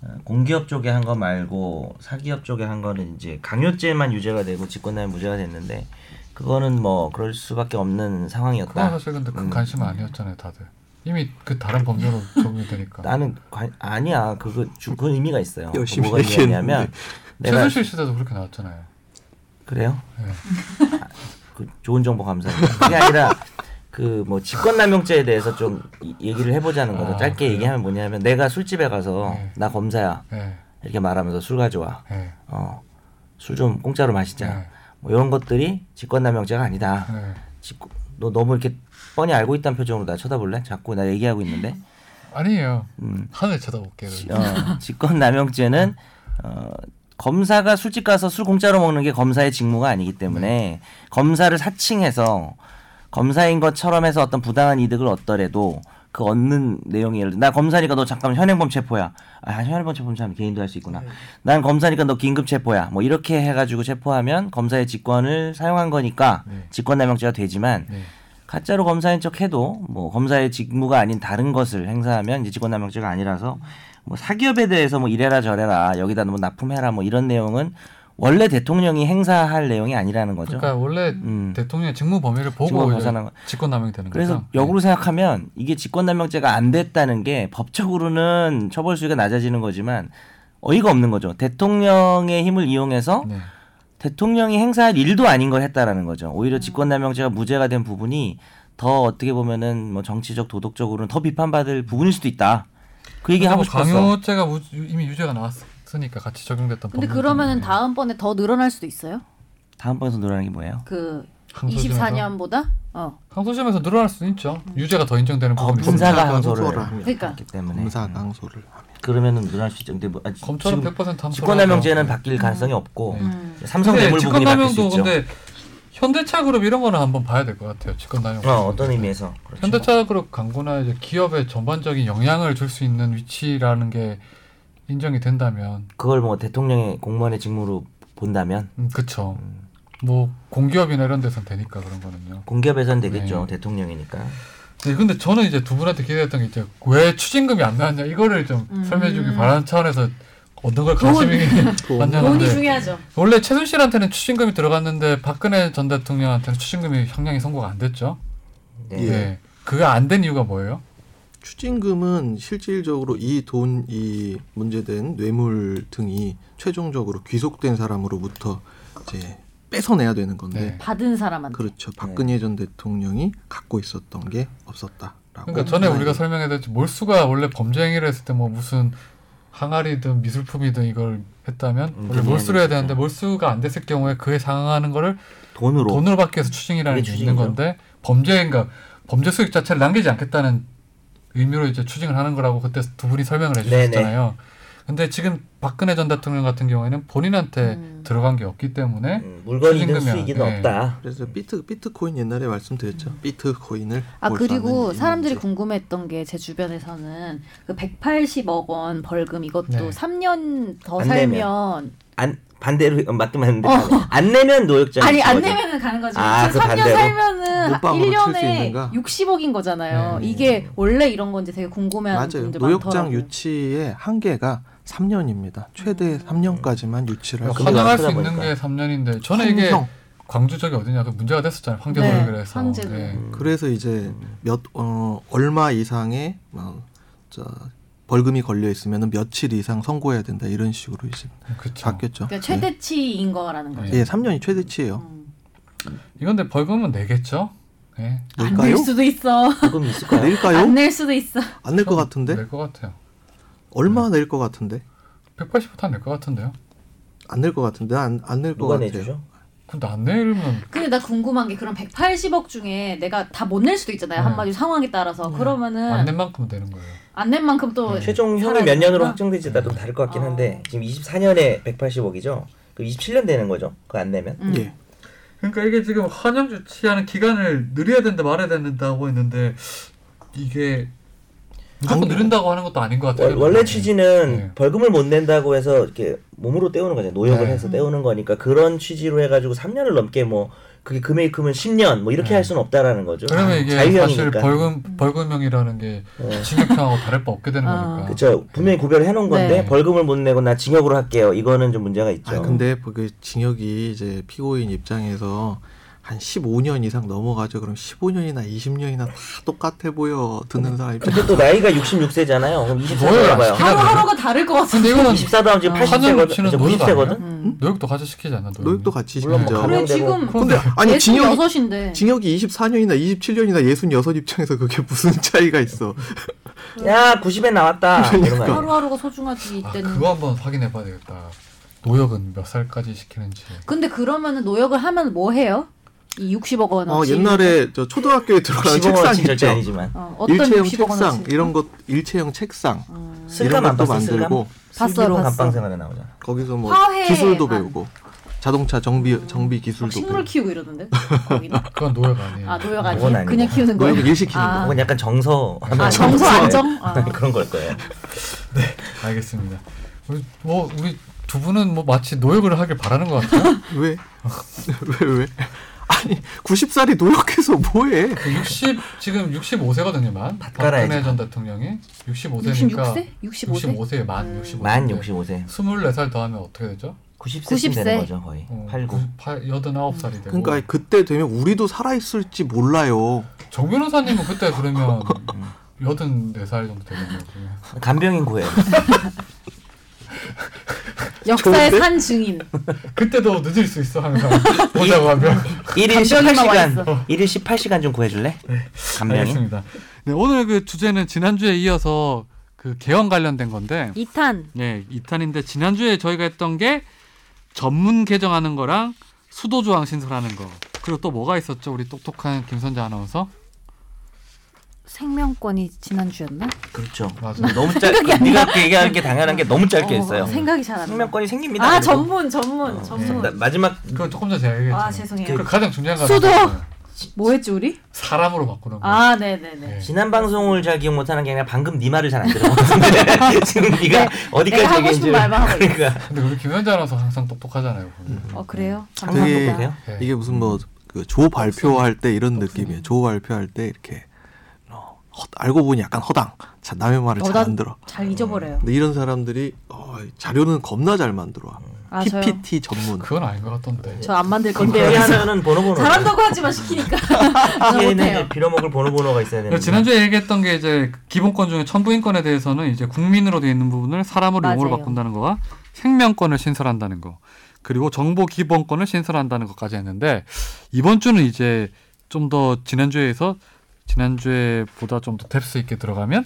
Speaker 2: 어, 공기업 쪽에 한 거 말고 사기업 쪽에 한 거는 이제 강요죄만 유죄가 되고 직권남용 무죄가 됐는데 그거는 뭐 그럴 수밖에 없는
Speaker 1: 그건
Speaker 2: 상황이었다.
Speaker 1: 사실 근데 큰
Speaker 2: 음.
Speaker 1: 관심은 아니었잖아요, 다들. 이미 그 다른 범죄로 적용이 되니까.
Speaker 2: 나는 관, 아니야 그거 주- 그건 의미가 있어요.
Speaker 4: 열심히
Speaker 2: 뭐가 의미냐면
Speaker 4: 얘기했는데.
Speaker 2: 내가
Speaker 1: 최순실 씨도 그렇게 나왔잖아요.
Speaker 2: 그래요? 아,
Speaker 1: 네.
Speaker 2: 그 좋은 정보 감사합니다. 그게 아니라 그 뭐 집권남용죄에 대해서 좀 이- 얘기를 해보자는 거죠.
Speaker 1: 아,
Speaker 2: 짧게
Speaker 1: 그래요?
Speaker 2: 얘기하면 뭐냐면 내가 술집에 가서
Speaker 1: 네.
Speaker 2: 나 검사야
Speaker 1: 예.
Speaker 2: 이렇게 말하면서 술 가져와.
Speaker 1: 예.
Speaker 2: 어, 술 좀 공짜로 마시자.
Speaker 1: 네.
Speaker 2: 뭐 이런 것들이 직권남용죄가 아니다.
Speaker 1: 예.
Speaker 2: 직- 너 너무 이렇게 뻔히 알고 있다는 표정으로 나 쳐다볼래? 자꾸 나 얘기하고 있는데.
Speaker 1: 아니에요.
Speaker 2: 음.
Speaker 1: 하늘 쳐다볼게요.
Speaker 2: 어, 직권남용죄는 어, 검사가 술집 가서 술 공짜로 먹는 게 검사의 직무가 아니기 때문에 검사를 사칭해서 검사인 것처럼 해서 어떤 부당한 이득을 얻더라도 그 얻는 내용이 예를 들어 나 검사니까 너 잠깐 현행범 체포야 아 현행범 체포는 참 개인도 할 수 있구나 난 검사니까 너 긴급 체포야 뭐 이렇게 해가지고 체포하면 검사의 직권을 사용한 거니까 직권남용죄가 되지만
Speaker 1: 네.
Speaker 2: 가짜로 검사인 척 해도 뭐 검사의 직무가 아닌 다른 것을 행사하면 이제 직권남용죄가 아니라서 뭐 사기업에 대해서 뭐 이래라 저래라 여기다 뭐 납품해라 뭐 이런 내용은 원래 대통령이 행사할 내용이 아니라는 거죠.
Speaker 1: 그러니까 원래
Speaker 2: 음.
Speaker 1: 대통령의 직무 범위를
Speaker 2: 직무
Speaker 1: 보고 이제
Speaker 2: 벗어난 거.
Speaker 1: 직권남용이 되는
Speaker 2: 그래서
Speaker 1: 거죠. 네.
Speaker 2: 역으로 생각하면 이게 직권남용죄가 안 됐다는 게 법적으로는 처벌 수위가 낮아지는 거지만 어이가 없는 거죠. 대통령의 힘을 이용해서
Speaker 1: 네. 네.
Speaker 2: 대통령이 행사할 일도 아닌 걸 했다라는 거죠.
Speaker 4: 음.
Speaker 2: 오히려 직권남용죄가 무죄가 된 부분이 더 어떻게 보면은 뭐 정치적 도덕적으로는 더 비판받을 부분일 수도 있다. 그 얘기 하고
Speaker 1: 뭐
Speaker 2: 싶었어.
Speaker 1: 강요죄가 우- 이미 유죄가 나왔으니까 같이 적용됐던
Speaker 5: 근데
Speaker 1: 법률
Speaker 5: 그러면은
Speaker 1: 때문에.
Speaker 5: 다음번에 더 늘어날 수도 있어요?
Speaker 2: 다음번에서 노라는 게 뭐예요?
Speaker 5: 그
Speaker 1: 항소심에서?
Speaker 5: 24년보다? 어.
Speaker 1: 항소심에서 늘어날 수는 있죠. 유죄가 더 인정되는 부분이 있습니다.
Speaker 2: 아, 검사가
Speaker 4: 검사가
Speaker 2: 항소를
Speaker 4: 항소를 합니다.
Speaker 5: 그러니까.
Speaker 2: 했기 때문에
Speaker 4: 검사 강소를 합니다.
Speaker 2: 그러면은 늘어날 수 있죠. 근데 뭐 아, 지-
Speaker 1: 검찰은
Speaker 2: 지금
Speaker 1: 100% 항소.
Speaker 2: 직권남용죄는 바뀔 가능성이 없고
Speaker 5: 음.
Speaker 2: 삼성 뇌물 부분이 바뀔 수
Speaker 1: 직권남용도
Speaker 2: 있죠.
Speaker 1: 근데 현대차그룹 이런 거는 한번 봐야 될 것 같아요. 직권남용.
Speaker 2: 어, 어떤 의미에서 그렇죠.
Speaker 1: 현대차그룹 광고나 이제 기업의 전반적인 영향을 줄 수 있는 위치라는 게 인정이 된다면,
Speaker 2: 그걸 뭐 대통령의 공무원의 직무로 본다면
Speaker 1: 음, 그쵸. 뭐 공기업이나 이런 데선 되니까 그런 거는요.
Speaker 2: 공기업에선 되겠죠. 대통령이니까.
Speaker 1: 네, 근데 저는 이제 두 분한테 기대했던 게 이제 왜 추징금이 안 나왔냐 이거를 좀 설명해주기 바라는 차원에서 얻는 걸 관심이
Speaker 4: 네,
Speaker 5: 돈이
Speaker 1: 완전한데
Speaker 5: 중요하죠.
Speaker 1: 원래 최순실한테는 추징금이 들어갔는데 박근혜 전 대통령한테는 추징금이 형량이 선고가 안 됐죠.
Speaker 2: 네.
Speaker 1: 예. 그게 안 된 이유가 뭐예요?
Speaker 4: 추징금은 실질적으로 이 돈, 이 문제된 뇌물 등이 최종적으로 귀속된 사람으로부터 이제 뺏어내야 되는 건데
Speaker 1: 네.
Speaker 5: 받은 사람한테.
Speaker 4: 그렇죠. 박근혜 전 대통령이 갖고 있었던 게 없었다라고.
Speaker 1: 그러니까 전에 우리가
Speaker 4: 네.
Speaker 1: 설명해드렸지 몰수가 원래 범죄 행위를 했을 때 뭐 무슨 항아리든 미술품이든 이걸 했다면
Speaker 2: 음,
Speaker 1: 원래
Speaker 2: 그건
Speaker 1: 몰수를 해야
Speaker 2: 그렇죠.
Speaker 1: 되는데 몰수가 안 됐을 경우에 그에 상응하는 거를
Speaker 2: 돈으로
Speaker 1: 돈으로 받기 위해서 추징이라는
Speaker 2: 그게
Speaker 1: 게 있는
Speaker 2: 추징이죠.
Speaker 1: 건데 범죄인가 범죄 수익 자체를 남기지 않겠다는 의미로 이제 추징을 하는 거라고 그때 두 분이 설명을 해주셨잖아요. 근데 지금 박근혜 전 대통령 같은 경우에는 본인한테
Speaker 5: 음.
Speaker 1: 들어간 게 없기 때문에
Speaker 2: 음, 물건이든
Speaker 1: 추징금이야.
Speaker 2: 수익이든
Speaker 1: 네.
Speaker 2: 없다.
Speaker 4: 그래서 비트 비트코인 옛날에 말씀드렸죠. 비트코인을
Speaker 5: 음. 아
Speaker 4: 몰수하는
Speaker 5: 그리고
Speaker 4: 이
Speaker 5: 사람들이
Speaker 4: 문제.
Speaker 5: 궁금했던 게 제 주변에서는 그 180억 원 벌금 이것도
Speaker 1: 네.
Speaker 5: 3년 더
Speaker 2: 안
Speaker 5: 살면
Speaker 2: 안 반대로 어, 맞긴 맞는데
Speaker 5: 어.
Speaker 2: 안 내면 노역자
Speaker 5: 아니 안 내면은 가는 거지.
Speaker 2: 아,
Speaker 5: 지금
Speaker 2: 그
Speaker 5: 3년
Speaker 2: 반대로?
Speaker 5: 살면은
Speaker 4: 몰빵으로 칠수
Speaker 5: 1년에
Speaker 4: 있는가?
Speaker 5: 60억인 거잖아요.
Speaker 1: 네.
Speaker 5: 이게 원래 이런 건지 되게 궁금해하는
Speaker 4: 맞아요.
Speaker 5: 분들
Speaker 4: 노역장
Speaker 5: 많더라고요.
Speaker 4: 유치의 한계가 3년입니다.
Speaker 5: 음.
Speaker 4: 최대 3년까지만 유치를
Speaker 2: 근데
Speaker 4: 수
Speaker 1: 환영할 그러니까 수
Speaker 2: 많다
Speaker 1: 있는
Speaker 2: 보니까.
Speaker 1: 게 3년인데 전에 이게
Speaker 4: 환경.
Speaker 1: 광주 쪽이 어디냐 그 문제가 됐었잖아요. 황제
Speaker 5: 네,
Speaker 1: 노역을 해서
Speaker 5: 황제도.
Speaker 1: 네.
Speaker 4: 그래서 이제 몇 어, 얼마 이상의 어, 저, 벌금이 걸려 있으면 며칠 이상 선고해야 된다 이런 식으로 이제
Speaker 1: 그렇죠.
Speaker 4: 바뀌었죠.
Speaker 5: 그러니까 최대치인 거라는 거죠.
Speaker 1: 네.
Speaker 4: 예, 3년이 최대치예요.
Speaker 5: 음.
Speaker 1: 이건데 벌금은 내겠죠. 네.
Speaker 4: 낼까요?
Speaker 5: 음. 안낼 수도 있어.
Speaker 2: 조금 있을까요?
Speaker 5: 안
Speaker 4: 낼까요?
Speaker 5: 낼 수도 있어.
Speaker 4: 안 낼 것 같은데
Speaker 2: 네.
Speaker 1: 낼것 같아요.
Speaker 4: 얼마 낼 것 같은데
Speaker 1: 180부터 낼것 같은데요.
Speaker 4: 안 낼 것 같은데 안 안 낼 것
Speaker 2: 누가
Speaker 4: 같아요.
Speaker 2: 내주죠?
Speaker 1: 근데 안 내면
Speaker 5: 근데 나 궁금한 게 그럼 180억 중에 내가 다 못 낼 수도 있잖아요.
Speaker 1: 네.
Speaker 5: 한마디로 상황에 따라서
Speaker 1: 안
Speaker 5: 그러면은
Speaker 1: 낸 만큼 되는 거예요.
Speaker 5: 안 낸 만큼 또
Speaker 2: 네. 최종 형이
Speaker 5: 살아있구나. 어.
Speaker 2: 몇 년으로 확정될지 나도 다를 것 같긴 한데 지금 24년에 180억이죠. 그 27년 되는 거죠. 그 안 내면.
Speaker 5: 음.
Speaker 4: 예,
Speaker 1: 그러니까 이게 지금 환영 조치하는 기간을 늘려야 된다 말아야 된다고 했는데 이게 무조건
Speaker 4: 아니,
Speaker 1: 늘린다고 하는 것도 아닌 것
Speaker 2: 월-
Speaker 1: 같아요.
Speaker 2: 원래 취지는
Speaker 1: 네.
Speaker 2: 벌금을 못 낸다고 해서 이렇게 몸으로 때우는 거잖아요. 노역을
Speaker 1: 네.
Speaker 2: 해서 때우는 거니까 그런 취지로 해가지고 3년을 넘게 뭐 그게 금액이 크면 10년 뭐 이렇게
Speaker 1: 네.
Speaker 2: 할 수는 없다라는 거죠.
Speaker 1: 그러면 이게 사실
Speaker 2: 자유형이니까. 어.
Speaker 1: 벌금 벌금형이라는 게 징역형하고 다를 바 없게 되는
Speaker 5: 아.
Speaker 1: 거니까.
Speaker 2: 그쵸 분명히 구별을 해놓은 건데
Speaker 1: 네.
Speaker 2: 벌금을 못 내고 나 징역으로 할게요. 이거는 좀 문제가 있죠.
Speaker 4: 아 근데 그 징역이 이제 피고인 입장에서 한 15년 이상 넘어가죠. 그럼 15년이나 20년이나 다 똑같아 보여 듣는
Speaker 5: 네.
Speaker 4: 사람 입장에서
Speaker 2: 근데 또 나이가 66세잖아요. 그럼 24세
Speaker 1: 뭐야,
Speaker 2: 봐봐요.
Speaker 1: 시키나 그래?
Speaker 5: 하루하루가 다를 것 같아.
Speaker 1: 근데 이거는
Speaker 2: 24도 하면 지금
Speaker 5: 아,
Speaker 2: 80세거든.
Speaker 1: 한정없이는
Speaker 2: 지금
Speaker 1: 노예가
Speaker 2: 90세거든.
Speaker 1: 노역도 같이 시키지 않나? 노역?
Speaker 4: 노역도 같이
Speaker 2: 물론 뭐
Speaker 4: 시키죠.
Speaker 2: 가면-
Speaker 5: 그래 지금
Speaker 1: 그런데
Speaker 5: 네,
Speaker 4: 아니 징역이
Speaker 5: 6인데
Speaker 4: 징역이 24년이나 27년이나 66 입장에서 그게 무슨 차이가 있어?
Speaker 5: 음.
Speaker 2: 야 90에 나왔다. 이런 거
Speaker 4: 그러니까.
Speaker 2: 아니야?
Speaker 5: 하루하루가 소중하지
Speaker 1: 아,
Speaker 5: 이때는.
Speaker 1: 그거 한번 확인해 봐야 되겠다. 노역은 몇 살까지 시키는지.
Speaker 5: 근데 그러면은 노역을 하면 뭐 해요? 이 60억 원.
Speaker 4: 어 옛날에 저 초등학교에 들어가는
Speaker 2: 10억 원
Speaker 4: 책상
Speaker 2: 진짜
Speaker 4: 있죠.
Speaker 2: 아니지만.
Speaker 5: 어, 어떤
Speaker 4: 일체형
Speaker 5: 60억 원
Speaker 4: 책상 이런 것 일체형 책상
Speaker 5: 아.
Speaker 2: 슬감
Speaker 4: 것도
Speaker 2: 안 봤어. 슬감.
Speaker 4: 만들고.
Speaker 3: 봤어요,
Speaker 2: 슬기로운
Speaker 3: 봤어.
Speaker 2: 감방생활에 나오잖아.
Speaker 4: 거기서 뭐
Speaker 5: 화훼.
Speaker 4: 기술도
Speaker 5: 아.
Speaker 4: 배우고 자동차 정비 정비 기술도
Speaker 5: 막 식물
Speaker 4: 배우고
Speaker 5: 키우고 이러던데. 거기는?
Speaker 1: 그건 노역 아니에요.
Speaker 5: 아 노역
Speaker 2: 그건
Speaker 5: 아니에요?
Speaker 2: 아니에요.
Speaker 5: 그냥 키우는 거예요?
Speaker 4: 노역을 일시키는
Speaker 5: 아.
Speaker 4: 거.
Speaker 2: 그건 약간 정서.
Speaker 5: 아 정서 안정? 아.
Speaker 2: 그런 걸 거예요.
Speaker 1: 알겠습니다. 우리 뭐 우리 두 분은 뭐 마치 노역을 하길 바라는 것 같아요.
Speaker 4: 왜? 왜 왜? 아니 90살이 노력해서 뭐해?
Speaker 1: 그 60, 지금 65세거든요만.
Speaker 2: 깔아야지.
Speaker 1: 박근혜 전 대통령이 65세니까 음.
Speaker 5: 66세? 65세?
Speaker 1: 65세 만 65세.
Speaker 2: 만 65세.
Speaker 1: 24살 더하면 어떻게 되죠?
Speaker 2: 90세쯤
Speaker 5: 90세.
Speaker 2: 되는 거죠 거의.
Speaker 1: 어,
Speaker 2: 8, 9.
Speaker 1: 89살이 되고.
Speaker 4: 그러니까 그때 되면 우리도 살아 있을지 몰라요.
Speaker 1: 정 변호사님은 그때 그러면 84살 정도 되겠네요. 그러면.
Speaker 2: 간병인 구해요.
Speaker 5: 역사의
Speaker 4: 좋은데?
Speaker 5: 산 증인.
Speaker 1: 그때도 늦을 수 있어 항상 보자고 하면.
Speaker 2: 1일
Speaker 5: 간병인만 와
Speaker 2: 18시간. 1일 18시간 좀 구해줄래? 간병인.
Speaker 1: 알겠습니다. 네, 오늘 그 주제는 지난주에 이어서 그 개헌 관련된 건데
Speaker 3: 2탄
Speaker 1: 예, 2탄인데 지난주에 저희가 했던 게 전문 개정하는 거랑 수도 조항 신설하는 거. 그리고 또 뭐가 있었죠? 우리 똑똑한 김선재 아나운서.
Speaker 3: 생명권이 지난주였나?
Speaker 2: 그렇죠.
Speaker 1: 맞아요.
Speaker 2: 근데 너무 짧. 그 네가 그 얘기하는 게 당연한 게 너무 짧게
Speaker 5: 어,
Speaker 2: 했어요.
Speaker 5: 생각이 잘 안 나.
Speaker 2: 생명권이 생깁니다.
Speaker 5: 아
Speaker 2: 그리고.
Speaker 5: 전문
Speaker 4: 어,
Speaker 5: 전문 전문.
Speaker 4: 네.
Speaker 2: 나- 마지막
Speaker 1: 그건 조금 전에 제가 얘기했죠.
Speaker 5: 아 죄송해요.
Speaker 1: 그 가장 중요한 건
Speaker 3: 수도!
Speaker 1: 아니잖아요.
Speaker 5: 뭐 했지 우리?
Speaker 1: 사람으로 바꾸는 거.
Speaker 5: 아 네네네.
Speaker 1: 예.
Speaker 2: 지난 방송을 잘 기억 못하는 게 아니라 방금 네 말을 잘 안 들은 것 같은데 지금 네가 어디까지
Speaker 5: 내가 하고
Speaker 2: 얘기했는지
Speaker 5: 싶은 말만 하고 있어.
Speaker 2: 그러니까
Speaker 1: 근데 우리 김선재 아나운서 항상 똑똑하잖아요. 보면.
Speaker 5: 어 그래요?
Speaker 2: 항상
Speaker 4: 되게-
Speaker 5: 감사합니다.
Speaker 2: 똑같아요.
Speaker 1: 예.
Speaker 4: 이게 무슨 뭐 그 조 발표할 때 이런 느낌이에요. 조 발표할 때 이렇게 어, 헛- 알고 보니 약간 허당. 자, 남의 말을
Speaker 5: 어,
Speaker 4: 잘
Speaker 5: 나-
Speaker 4: 안 들어.
Speaker 5: 잘 잊어버려요.
Speaker 4: 근데 이런 사람들이 어, 자료는 겁나 잘 만들어. 음. 와.
Speaker 5: 아 저요.
Speaker 4: PPT 전문.
Speaker 1: 그건 아닌 것 같던데.
Speaker 5: 저 안 만들
Speaker 2: 근데 여기
Speaker 5: 건데요.
Speaker 2: 하나는 번호번호.
Speaker 5: 잘한다고 하지만 시키니까 나 못해요.
Speaker 2: 얘는 빌어먹을 번호번호가 있어야 되는데.
Speaker 1: 그러니까 지난주에 얘기했던 게 이제 기본권 중에 천부인권에 대해서는 이제 국민으로 되어 있는 부분을 사람으로 용어로
Speaker 3: 맞아요.
Speaker 1: 바꾼다는 거와 생명권을 신설한다는 거 그리고 정보 기본권을 신설한다는 것까지 했는데 이번 주는 이제 좀 더 지난주에서 지난주에보다 좀 더 뎁스 있게 들어가면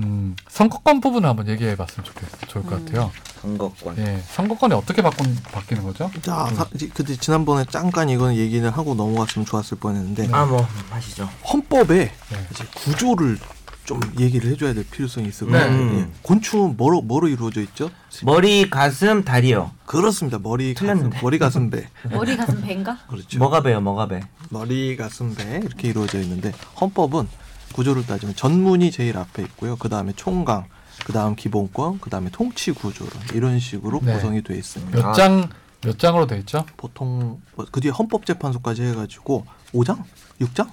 Speaker 1: 음, 선거권 부분을 한번 얘기해 봤으면 좋겠, 좋을
Speaker 3: 음.
Speaker 1: 것 같아요.
Speaker 2: 선거권.
Speaker 1: 예, 선거권이 어떻게 바꾼, 바뀌는 거죠?
Speaker 4: 자, 사, 지- 근데 지난번에 잠깐 이건 얘기를 하고 넘어갔으면 좋았을 뻔했는데
Speaker 1: 네.
Speaker 2: 아 뭐 하시죠.
Speaker 4: 헌법에
Speaker 1: 네.
Speaker 4: 이제 구조를 좀 얘기를 해줘야 될 필요성이 있어요.
Speaker 2: 네.
Speaker 4: 예. 곤충은 뭐로 뭐로 이루어져 있죠?
Speaker 2: 머리, 가슴, 다리요.
Speaker 4: 그렇습니다. 머리 가슴,
Speaker 2: 틀렸는데.
Speaker 4: 머리 가슴 배
Speaker 5: 머리 가슴 뱅가?
Speaker 4: 그렇죠.
Speaker 2: 뭐가 배요, 뭐가 배.
Speaker 4: 머리 가슴 배 이렇게 이루어져 있는데 헌법은 구조를 따지면 전문이 제일 앞에 있고요. 그 다음에 총강, 그 다음 기본권, 그 다음에 통치 구조론 이런 식으로
Speaker 1: 네.
Speaker 4: 구성이 돼 있습니다.
Speaker 1: 몇
Speaker 2: 아.
Speaker 1: 장, 몇 장으로 돼 있죠?
Speaker 4: 보통 뭐그 뒤에 헌법재판소까지 해가지고 5장, 6장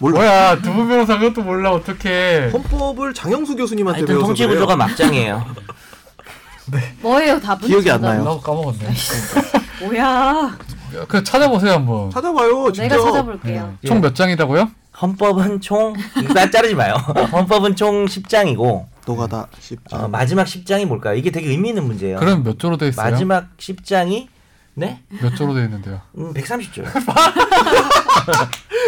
Speaker 4: 몰라.
Speaker 1: 뭐야, 두 분 변호사 그것도 몰라, 어떻게.
Speaker 4: 헌법을 장영수 교수님한테
Speaker 2: 하여튼
Speaker 4: 배워서
Speaker 2: 통치
Speaker 4: 그래요.
Speaker 2: 구조가 막장이에요.
Speaker 5: 뭐예요 답은?
Speaker 4: 기억이 안
Speaker 5: 정답은?
Speaker 4: 나요.
Speaker 1: 나도 까먹었네.
Speaker 5: 뭐야?
Speaker 1: 그 찾아보세요, 예. 한번. 네.
Speaker 4: 찾아봐요. 진짜.
Speaker 5: 내가 찾아볼게요.
Speaker 1: 총 몇 장이라고요?
Speaker 2: 네. 헌법은 총, 나 자르지 마요. 헌법은 총 10장이고, 어,
Speaker 4: 너가 다 쉽지. 않아.
Speaker 2: 마지막 10장이 뭘까요? 이게 되게 의미 있는 문제예요.
Speaker 4: 그렇죠.
Speaker 1: 그럼 몇 조로 돼 있어요?
Speaker 2: 마지막 10장이, 네?
Speaker 1: 몇 조로 돼 있는데요?
Speaker 2: 음, 130조.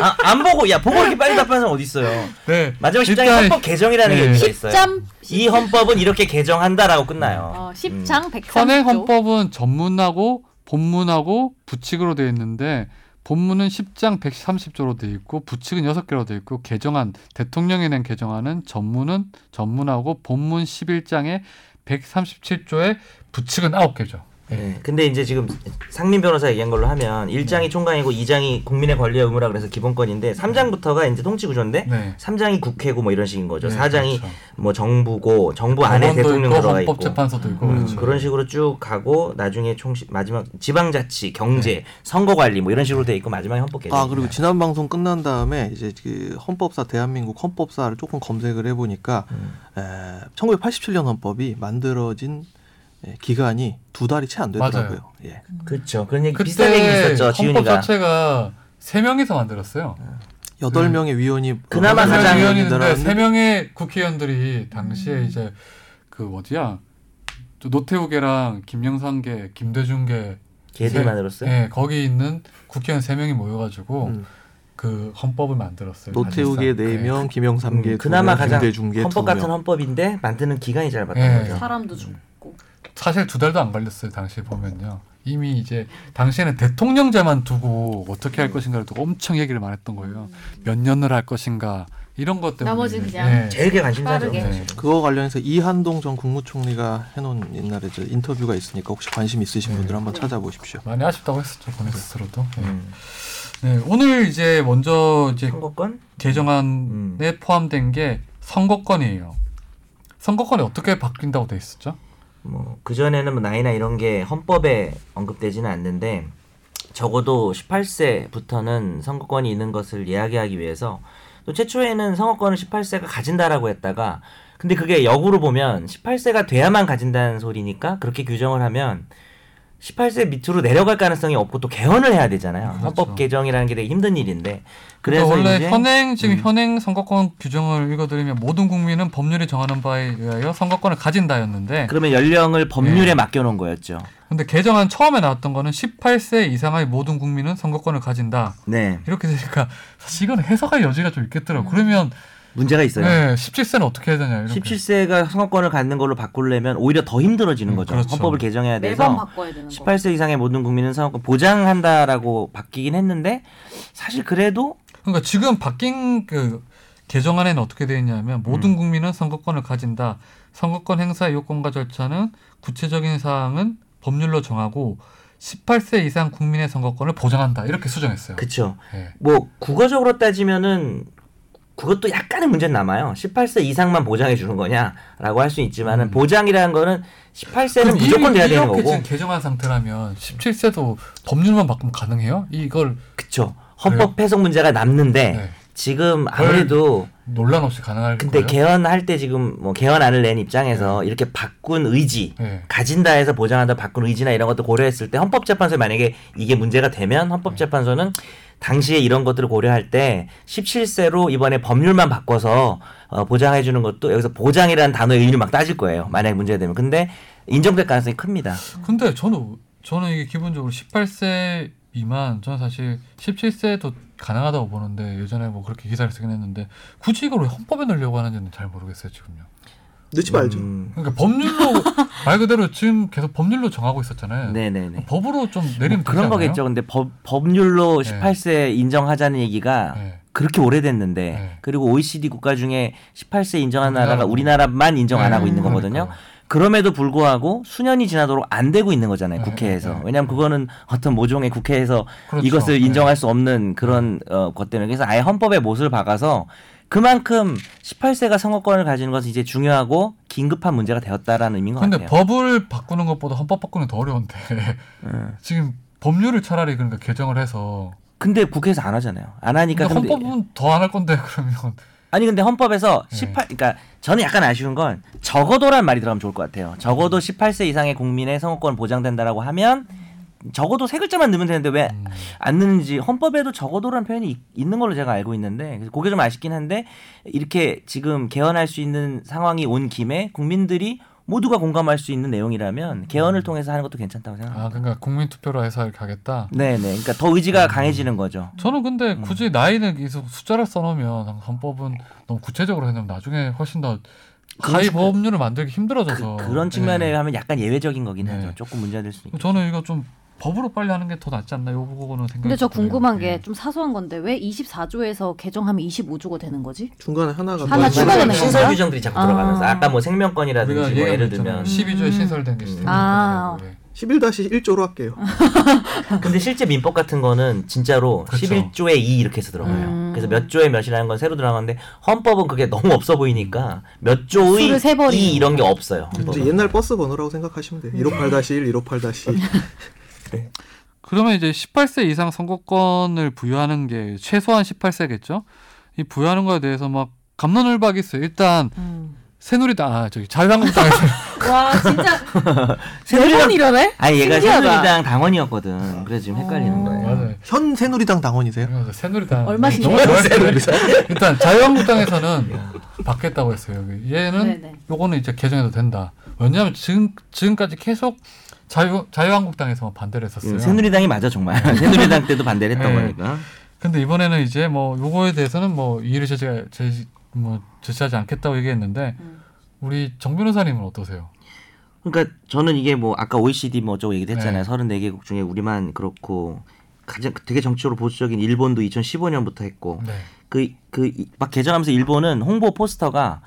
Speaker 2: 아, 안 보고 야 보고 이렇게 빨리 답하는 사람 어디 있어요?
Speaker 1: 네.
Speaker 2: 마지막 10장에 헌법 개정이라는
Speaker 1: 네.
Speaker 2: 게 의미가 있어요.
Speaker 5: 십장?
Speaker 2: 이 헌법은 이렇게 개정한다라고 끝나요.
Speaker 5: 어,
Speaker 2: 음.
Speaker 5: 10장 130조.
Speaker 1: 현행 헌법은 전문하고 본문하고 부칙으로 돼 있는데 본문은 10장 130조로 돼 있고 부칙은 6개로 돼 있고 개정안 대통령이 낸 개정안은 전문은 전문하고 본문 11장에 137조에 부칙은 9개죠.
Speaker 2: 네. 근데 이제 지금 상민 변호사 얘기한 걸로 하면
Speaker 1: 네.
Speaker 2: 1장이 총강이고 2장이 국민의 권리와 의무라 그래서 기본권인데 3장부터가 이제 통치 구조인데
Speaker 1: 네.
Speaker 2: 3장이 국회고 뭐 이런 식인 거죠.
Speaker 1: 네,
Speaker 2: 4장이
Speaker 1: 그렇죠.
Speaker 2: 뭐 정부고 정부 안에
Speaker 1: 법원도
Speaker 2: 대통령
Speaker 1: 있고
Speaker 2: 들어가 있고
Speaker 1: 헌법재판소도 있고
Speaker 4: 음,
Speaker 1: 그렇죠.
Speaker 2: 그런 식으로 쭉 가고 나중에 총 시- 마지막 지방자치, 경제,
Speaker 1: 네.
Speaker 2: 선거관리 뭐 이런 식으로 돼 있고 마지막에 헌법 개정.
Speaker 4: 아 그리고 지난 방송 끝난 다음에 이제 그 헌법사 대한민국 헌법사를 조금 검색을 해보니까
Speaker 2: 음.
Speaker 4: 에, 1987년 헌법이 만들어진 에, 기간이 두 달이 채 안 되더라고요. 예.
Speaker 2: 그렇죠. 그런 얘기
Speaker 1: 그때
Speaker 2: 비슷한 얘기 있었죠.
Speaker 1: 헌법
Speaker 2: 지훈이가.
Speaker 1: 자체가 세 명이서 만들었어요.
Speaker 5: 음.
Speaker 4: 여덟 명의 위원이
Speaker 2: 그나마
Speaker 4: 어,
Speaker 1: 세 명의
Speaker 2: 가장
Speaker 1: 위원인데 세
Speaker 4: 들어왔는데
Speaker 1: 명의 국회의원들이 당시에 이제 그 뭐지야 저 노태우계랑 김영삼계, 김대중계
Speaker 2: 걔들이
Speaker 1: 세-
Speaker 2: 만들었어요.
Speaker 1: 예, 거기 있는 국회의원 세 명이 모여가지고
Speaker 4: 네. 음.
Speaker 1: 그 헌법을 만들었어요.
Speaker 4: 노태우계
Speaker 1: 사실상.
Speaker 4: 네
Speaker 1: 예.
Speaker 4: 명, 김영삼계
Speaker 2: 음,
Speaker 4: 두
Speaker 2: 그나마
Speaker 4: 명,
Speaker 2: 가장
Speaker 4: 김대중계 두
Speaker 2: 헌법 같은
Speaker 4: 명.
Speaker 2: 헌법인데 만드는 기간이 짧았던
Speaker 1: 예.
Speaker 2: 거죠.
Speaker 5: 사람도 죽고
Speaker 1: 사실 두 달도 안 걸렸어요. 당시에 보면요. 이미 이제 당시에는 대통령제만 두고 어떻게
Speaker 4: 음.
Speaker 1: 할 것인가를 두고 엄청 얘기를 많이 했던 거예요. 몇 년을 할 것인가 이런 것 때문에.
Speaker 5: 나머지는 그냥
Speaker 1: 예.
Speaker 2: 제일 게 관심사죠.
Speaker 5: 빠르게.
Speaker 1: 네.
Speaker 4: 그거 관련해서 이한동 전 국무총리가 해놓은 옛날에 저 인터뷰가 있으니까 혹시 관심 있으신
Speaker 1: 네.
Speaker 4: 분들 한번 찾아보십시오.
Speaker 1: 많이 아쉽다고 했었죠 본인 스스로도. 예.
Speaker 2: 음.
Speaker 1: 네, 오늘 이제 먼저 이제
Speaker 2: 선거권? 음.
Speaker 1: 개정안에 포함된 게 선거권이에요. 선거권이 어떻게 바뀐다고 돼 있었죠?
Speaker 2: 뭐 그전에는 뭐 나이나 이런 게 헌법에 언급되지는 않는데 적어도 18세부터는 선거권이 있는 것을 이야기하기 위해서 또 최초에는 선거권을 18세가 가진다라고 했다가 근데 그게 역으로 보면 18세가 돼야만 가진다는 소리니까 그렇게 규정을 하면 18세 밑으로 내려갈 가능성이 없고 또 개헌을 해야 되잖아요.
Speaker 1: 그렇죠.
Speaker 2: 헌법 개정이라는 게 되게 힘든 일인데
Speaker 1: 그래서
Speaker 2: 그래서
Speaker 1: 그러니까 원래
Speaker 2: 이제
Speaker 1: 현행 지금
Speaker 2: 음.
Speaker 1: 현행 선거권 규정을 읽어드리면 모든 국민은 법률이 정하는 바에 의하여 선거권을 가진다였는데
Speaker 2: 그러면 연령을 법률에
Speaker 1: 예.
Speaker 2: 맡겨놓은 거였죠.
Speaker 1: 근데 개정안 처음에 나왔던 거는 18세 이상의 모든 국민은 선거권을 가진다.
Speaker 2: 네
Speaker 1: 이렇게 되니까 사실 이건 해석할 여지가 좀 있겠더라고.
Speaker 2: 음.
Speaker 1: 요 그러면
Speaker 2: 문제가 있어요.
Speaker 1: 네, 17세는 어떻게 해야 되냐 이렇게.
Speaker 2: 17세가 선거권을 갖는 걸로 바꾸려면 오히려 더 힘들어지는
Speaker 1: 음,
Speaker 2: 거죠.
Speaker 1: 그렇죠.
Speaker 2: 헌법을 개정해야
Speaker 5: 매번
Speaker 2: 돼서
Speaker 5: 바꿔야 되는 거.
Speaker 2: 18세 이상의 모든 국민은 선거권 보장한다라고 바뀌긴 했는데 사실 그래도
Speaker 1: 그러니까 지금 바뀐 그 개정안에는 어떻게 되어 있냐면 모든
Speaker 2: 음.
Speaker 1: 국민은 선거권을 가진다. 선거권 행사 요건과 절차는 구체적인 사항은 법률로 정하고 18세 이상 국민의 선거권을 보장한다. 이렇게 수정했어요.
Speaker 2: 그쵸.
Speaker 1: 예.
Speaker 2: 뭐 국어적으로 따지면은 그것도 약간의 문제는 남아요. 18세 이상만 보장해 주는 거냐라고 할 수 있지만은
Speaker 1: 음.
Speaker 2: 보장이라는 거는 18세는
Speaker 1: 그럼
Speaker 2: 무조건
Speaker 1: 이-
Speaker 2: 돼야 되는
Speaker 1: 이렇게
Speaker 2: 거고.
Speaker 1: 지금 개정한 상태라면 17세도 법률만 바꾸면 가능해요? 이걸
Speaker 2: 그쵸. 헌법 해석 문제가 남는데
Speaker 1: 네.
Speaker 2: 지금 아무래도
Speaker 1: 논란 없이 가능할
Speaker 2: 근데
Speaker 1: 거예요?
Speaker 2: 개헌할 때 지금 뭐 개헌안을 낸 입장에서 이렇게 바꾼 의지
Speaker 1: 네.
Speaker 2: 가진다 해서 보장한다 바꾼 의지나 이런 것도 고려했을 때 헌법재판소에 만약에 이게 문제가 되면 헌법재판소는 당시에 이런 것들을 고려할 때 17세로 이번에 법률만 바꿔서 어, 보장해 주는 것도 여기서 보장이라는 단어의 의미를 막 따질 거예요. 만약에 문제가 되면. 근데 인정될 가능성이 큽니다.
Speaker 1: 근데 저는 저는 이게 기본적으로 18세 미만 저는 사실 17세도 가능하다고 보는데 예전에 뭐 그렇게 기사를 쓰긴 했는데 굳이 이걸 왜 헌법에 넣으려고 하는지는 잘 모르겠어요 지금요.
Speaker 4: 늦지
Speaker 2: 음,
Speaker 1: 그러니까 법률로 말 그대로 지금 계속 법률로 정하고 있었잖아요.
Speaker 2: 네네네. 뭐
Speaker 1: 법으로 좀 내리면
Speaker 2: 그런
Speaker 1: 되지 않나요?
Speaker 2: 거겠죠. 근데 법, 법률로 18세 인정하자는 얘기가
Speaker 1: 네.
Speaker 2: 그렇게 오래됐는데
Speaker 1: 네.
Speaker 2: 그리고 OECD 국가 중에 18세 인정한 나라가
Speaker 1: 우리나라.
Speaker 2: 우리나라만 인정 안
Speaker 1: 네,
Speaker 2: 하고 있는 거거든요.
Speaker 1: 그러니까요.
Speaker 2: 그럼에도 불구하고 수년이 지나도록 안 되고 있는 거잖아요.
Speaker 1: 네,
Speaker 2: 국회에서.
Speaker 1: 네, 네.
Speaker 2: 왜냐하면 그거는 어떤 모종의 국회에서
Speaker 1: 그렇죠.
Speaker 2: 이것을
Speaker 1: 네.
Speaker 2: 인정할 수 없는 그런 어, 것 때문에 그래서 아예 헌법에 못을 박아서 그만큼 18세가 선거권을 가지는 것은 이제 중요하고 긴급한 문제가 되었다라는 의미인 것
Speaker 1: 근데
Speaker 2: 같아요.
Speaker 1: 법을 바꾸는 것보다 헌법 바꾸는 더 어려운데
Speaker 2: 음.
Speaker 1: 지금 법률을 차라리 그러니까 개정을 해서
Speaker 2: 근데 국회에서 안 하잖아요. 안 하니까
Speaker 1: 근데
Speaker 2: 그러니까 근데-
Speaker 1: 헌법은 더 안 할 건데 그러면
Speaker 2: 아니 근데 헌법에서
Speaker 1: 네.
Speaker 2: 18 그러니까 저는 약간 아쉬운 건 적어도란 말이 들어가면 좋을 것 같아요.
Speaker 1: 음.
Speaker 2: 적어도 18세 이상의 국민의 선거권 보장된다라고 하면 적어도 세 글자만 넣으면 되는데 왜 안
Speaker 1: 음.
Speaker 2: 넣는지 헌법에도 적어도란 표현이 있- 있는 걸로 제가 알고 있는데 그래서 그게 좀 아쉽긴 한데 이렇게 지금 개헌할 수 있는 상황이 온 김에 국민들이 모두가 공감할 수 있는 내용이라면 개헌을 통해서 하는 것도 괜찮다고
Speaker 1: 음.
Speaker 2: 생각합니다.
Speaker 1: 아 그러니까 국민 투표로 해서 이렇게 하겠다.
Speaker 2: 네네. 그러니까 더
Speaker 1: 음.
Speaker 2: 의지가 강해지는 거죠.
Speaker 1: 저는 근데 굳이 나이는 계속 숫자를 써놓으면 헌법은 너무 구체적으로 해놓으면 나중에 훨씬 더
Speaker 2: 그런
Speaker 1: 하위
Speaker 2: 측면-
Speaker 1: 법률을 만들기 힘들어져서
Speaker 2: 그, 런 측면에 하면 약간 예외적인 거긴
Speaker 1: 네.
Speaker 2: 하죠. 조금 문제가 될 수 있고.
Speaker 1: 예. 저는 이거 좀 법으로 빨리 하는 게 더 낫지 않나 요 부분은 생각.
Speaker 5: 근데 저 궁금한
Speaker 2: 예.
Speaker 5: 게 좀 사소한 건데 왜 24조에서 개정하면 25조가 되는 거지?
Speaker 4: 중간에 하나가
Speaker 5: 하나
Speaker 4: 빠지면-
Speaker 5: 추가되는 거구나.
Speaker 2: 신설 뭐 규정들이 자꾸
Speaker 5: 아.
Speaker 2: 들어가면서 아까 뭐
Speaker 1: 그러니까
Speaker 2: 생명권이라든지 뭐 예를 들면
Speaker 1: 12조에
Speaker 5: 음.
Speaker 1: 신설된 게 시스템.
Speaker 5: 아.
Speaker 1: 예.
Speaker 4: 11-1조로 할게요.
Speaker 2: 아, 근데 실제 민법 같은 거는 진짜로
Speaker 1: 그렇죠.
Speaker 2: 11조에 2 이렇게 해서 들어가요.
Speaker 5: 음.
Speaker 2: 그래서 몇 조에 몇이라는 건 새로 들어가는데 헌법은 그게 너무 없어 보이니까 몇 조의
Speaker 5: 수를 세버리는
Speaker 2: 2 이런 게 없어요.
Speaker 4: 이제
Speaker 2: 헌법은.
Speaker 4: 옛날 버스 번호라고 생각하시면 돼요. 158-1, 158-2.
Speaker 1: 그러면 이제 18세 이상 선거권을 부여하는 게
Speaker 5: 음.
Speaker 1: 최소한 18세겠죠? 이 부여하는 거에 대해서 막 감론을박이 있어요. 일단 새누리당 아 저기 자유한국당에서
Speaker 5: 와 진짜
Speaker 2: 새누리당
Speaker 3: 이러네?
Speaker 2: 아니 얘가
Speaker 3: 신기하다.
Speaker 2: 새누리당 당원이었거든. 그래서 지금 헷갈리는
Speaker 5: 어.
Speaker 2: 거예요.
Speaker 1: 맞아요.
Speaker 4: 현 새누리당 당원이세요?
Speaker 1: 그래서 새누리당
Speaker 3: 얼마 신경
Speaker 1: 너무 좋아했어요. 일단 자유한국당에서는 받겠다고 했어요. 여기. 얘는
Speaker 5: 네네.
Speaker 1: 요거는 이제 개정해도 된다. 왜냐하면 지금 지금까지 계속 자유 자유한국당에서만 반대를 했었어요.
Speaker 2: 음, 새누리당이 맞아 정말. 새누리당 때도 반대를 했던
Speaker 1: 네.
Speaker 2: 거니까.
Speaker 1: 근데 이번에는 이제 뭐 요거에 대해서는 뭐 이의를 제재 제시 뭐 제시하지 않겠다고 얘기했는데
Speaker 5: 음.
Speaker 1: 우리 정 변호사님은 어떠세요?
Speaker 2: 그러니까 저는 이게 뭐 아까 OECD 뭐 어쩌고 얘기도 했잖아요.
Speaker 1: 네.
Speaker 2: 34개국 중에 우리만 그렇고 가장 되게 정치적으로 보수적인 일본도 2015년부터 했고
Speaker 1: 네.
Speaker 2: 그 그 막 개정하면서 일본은 홍보 포스터가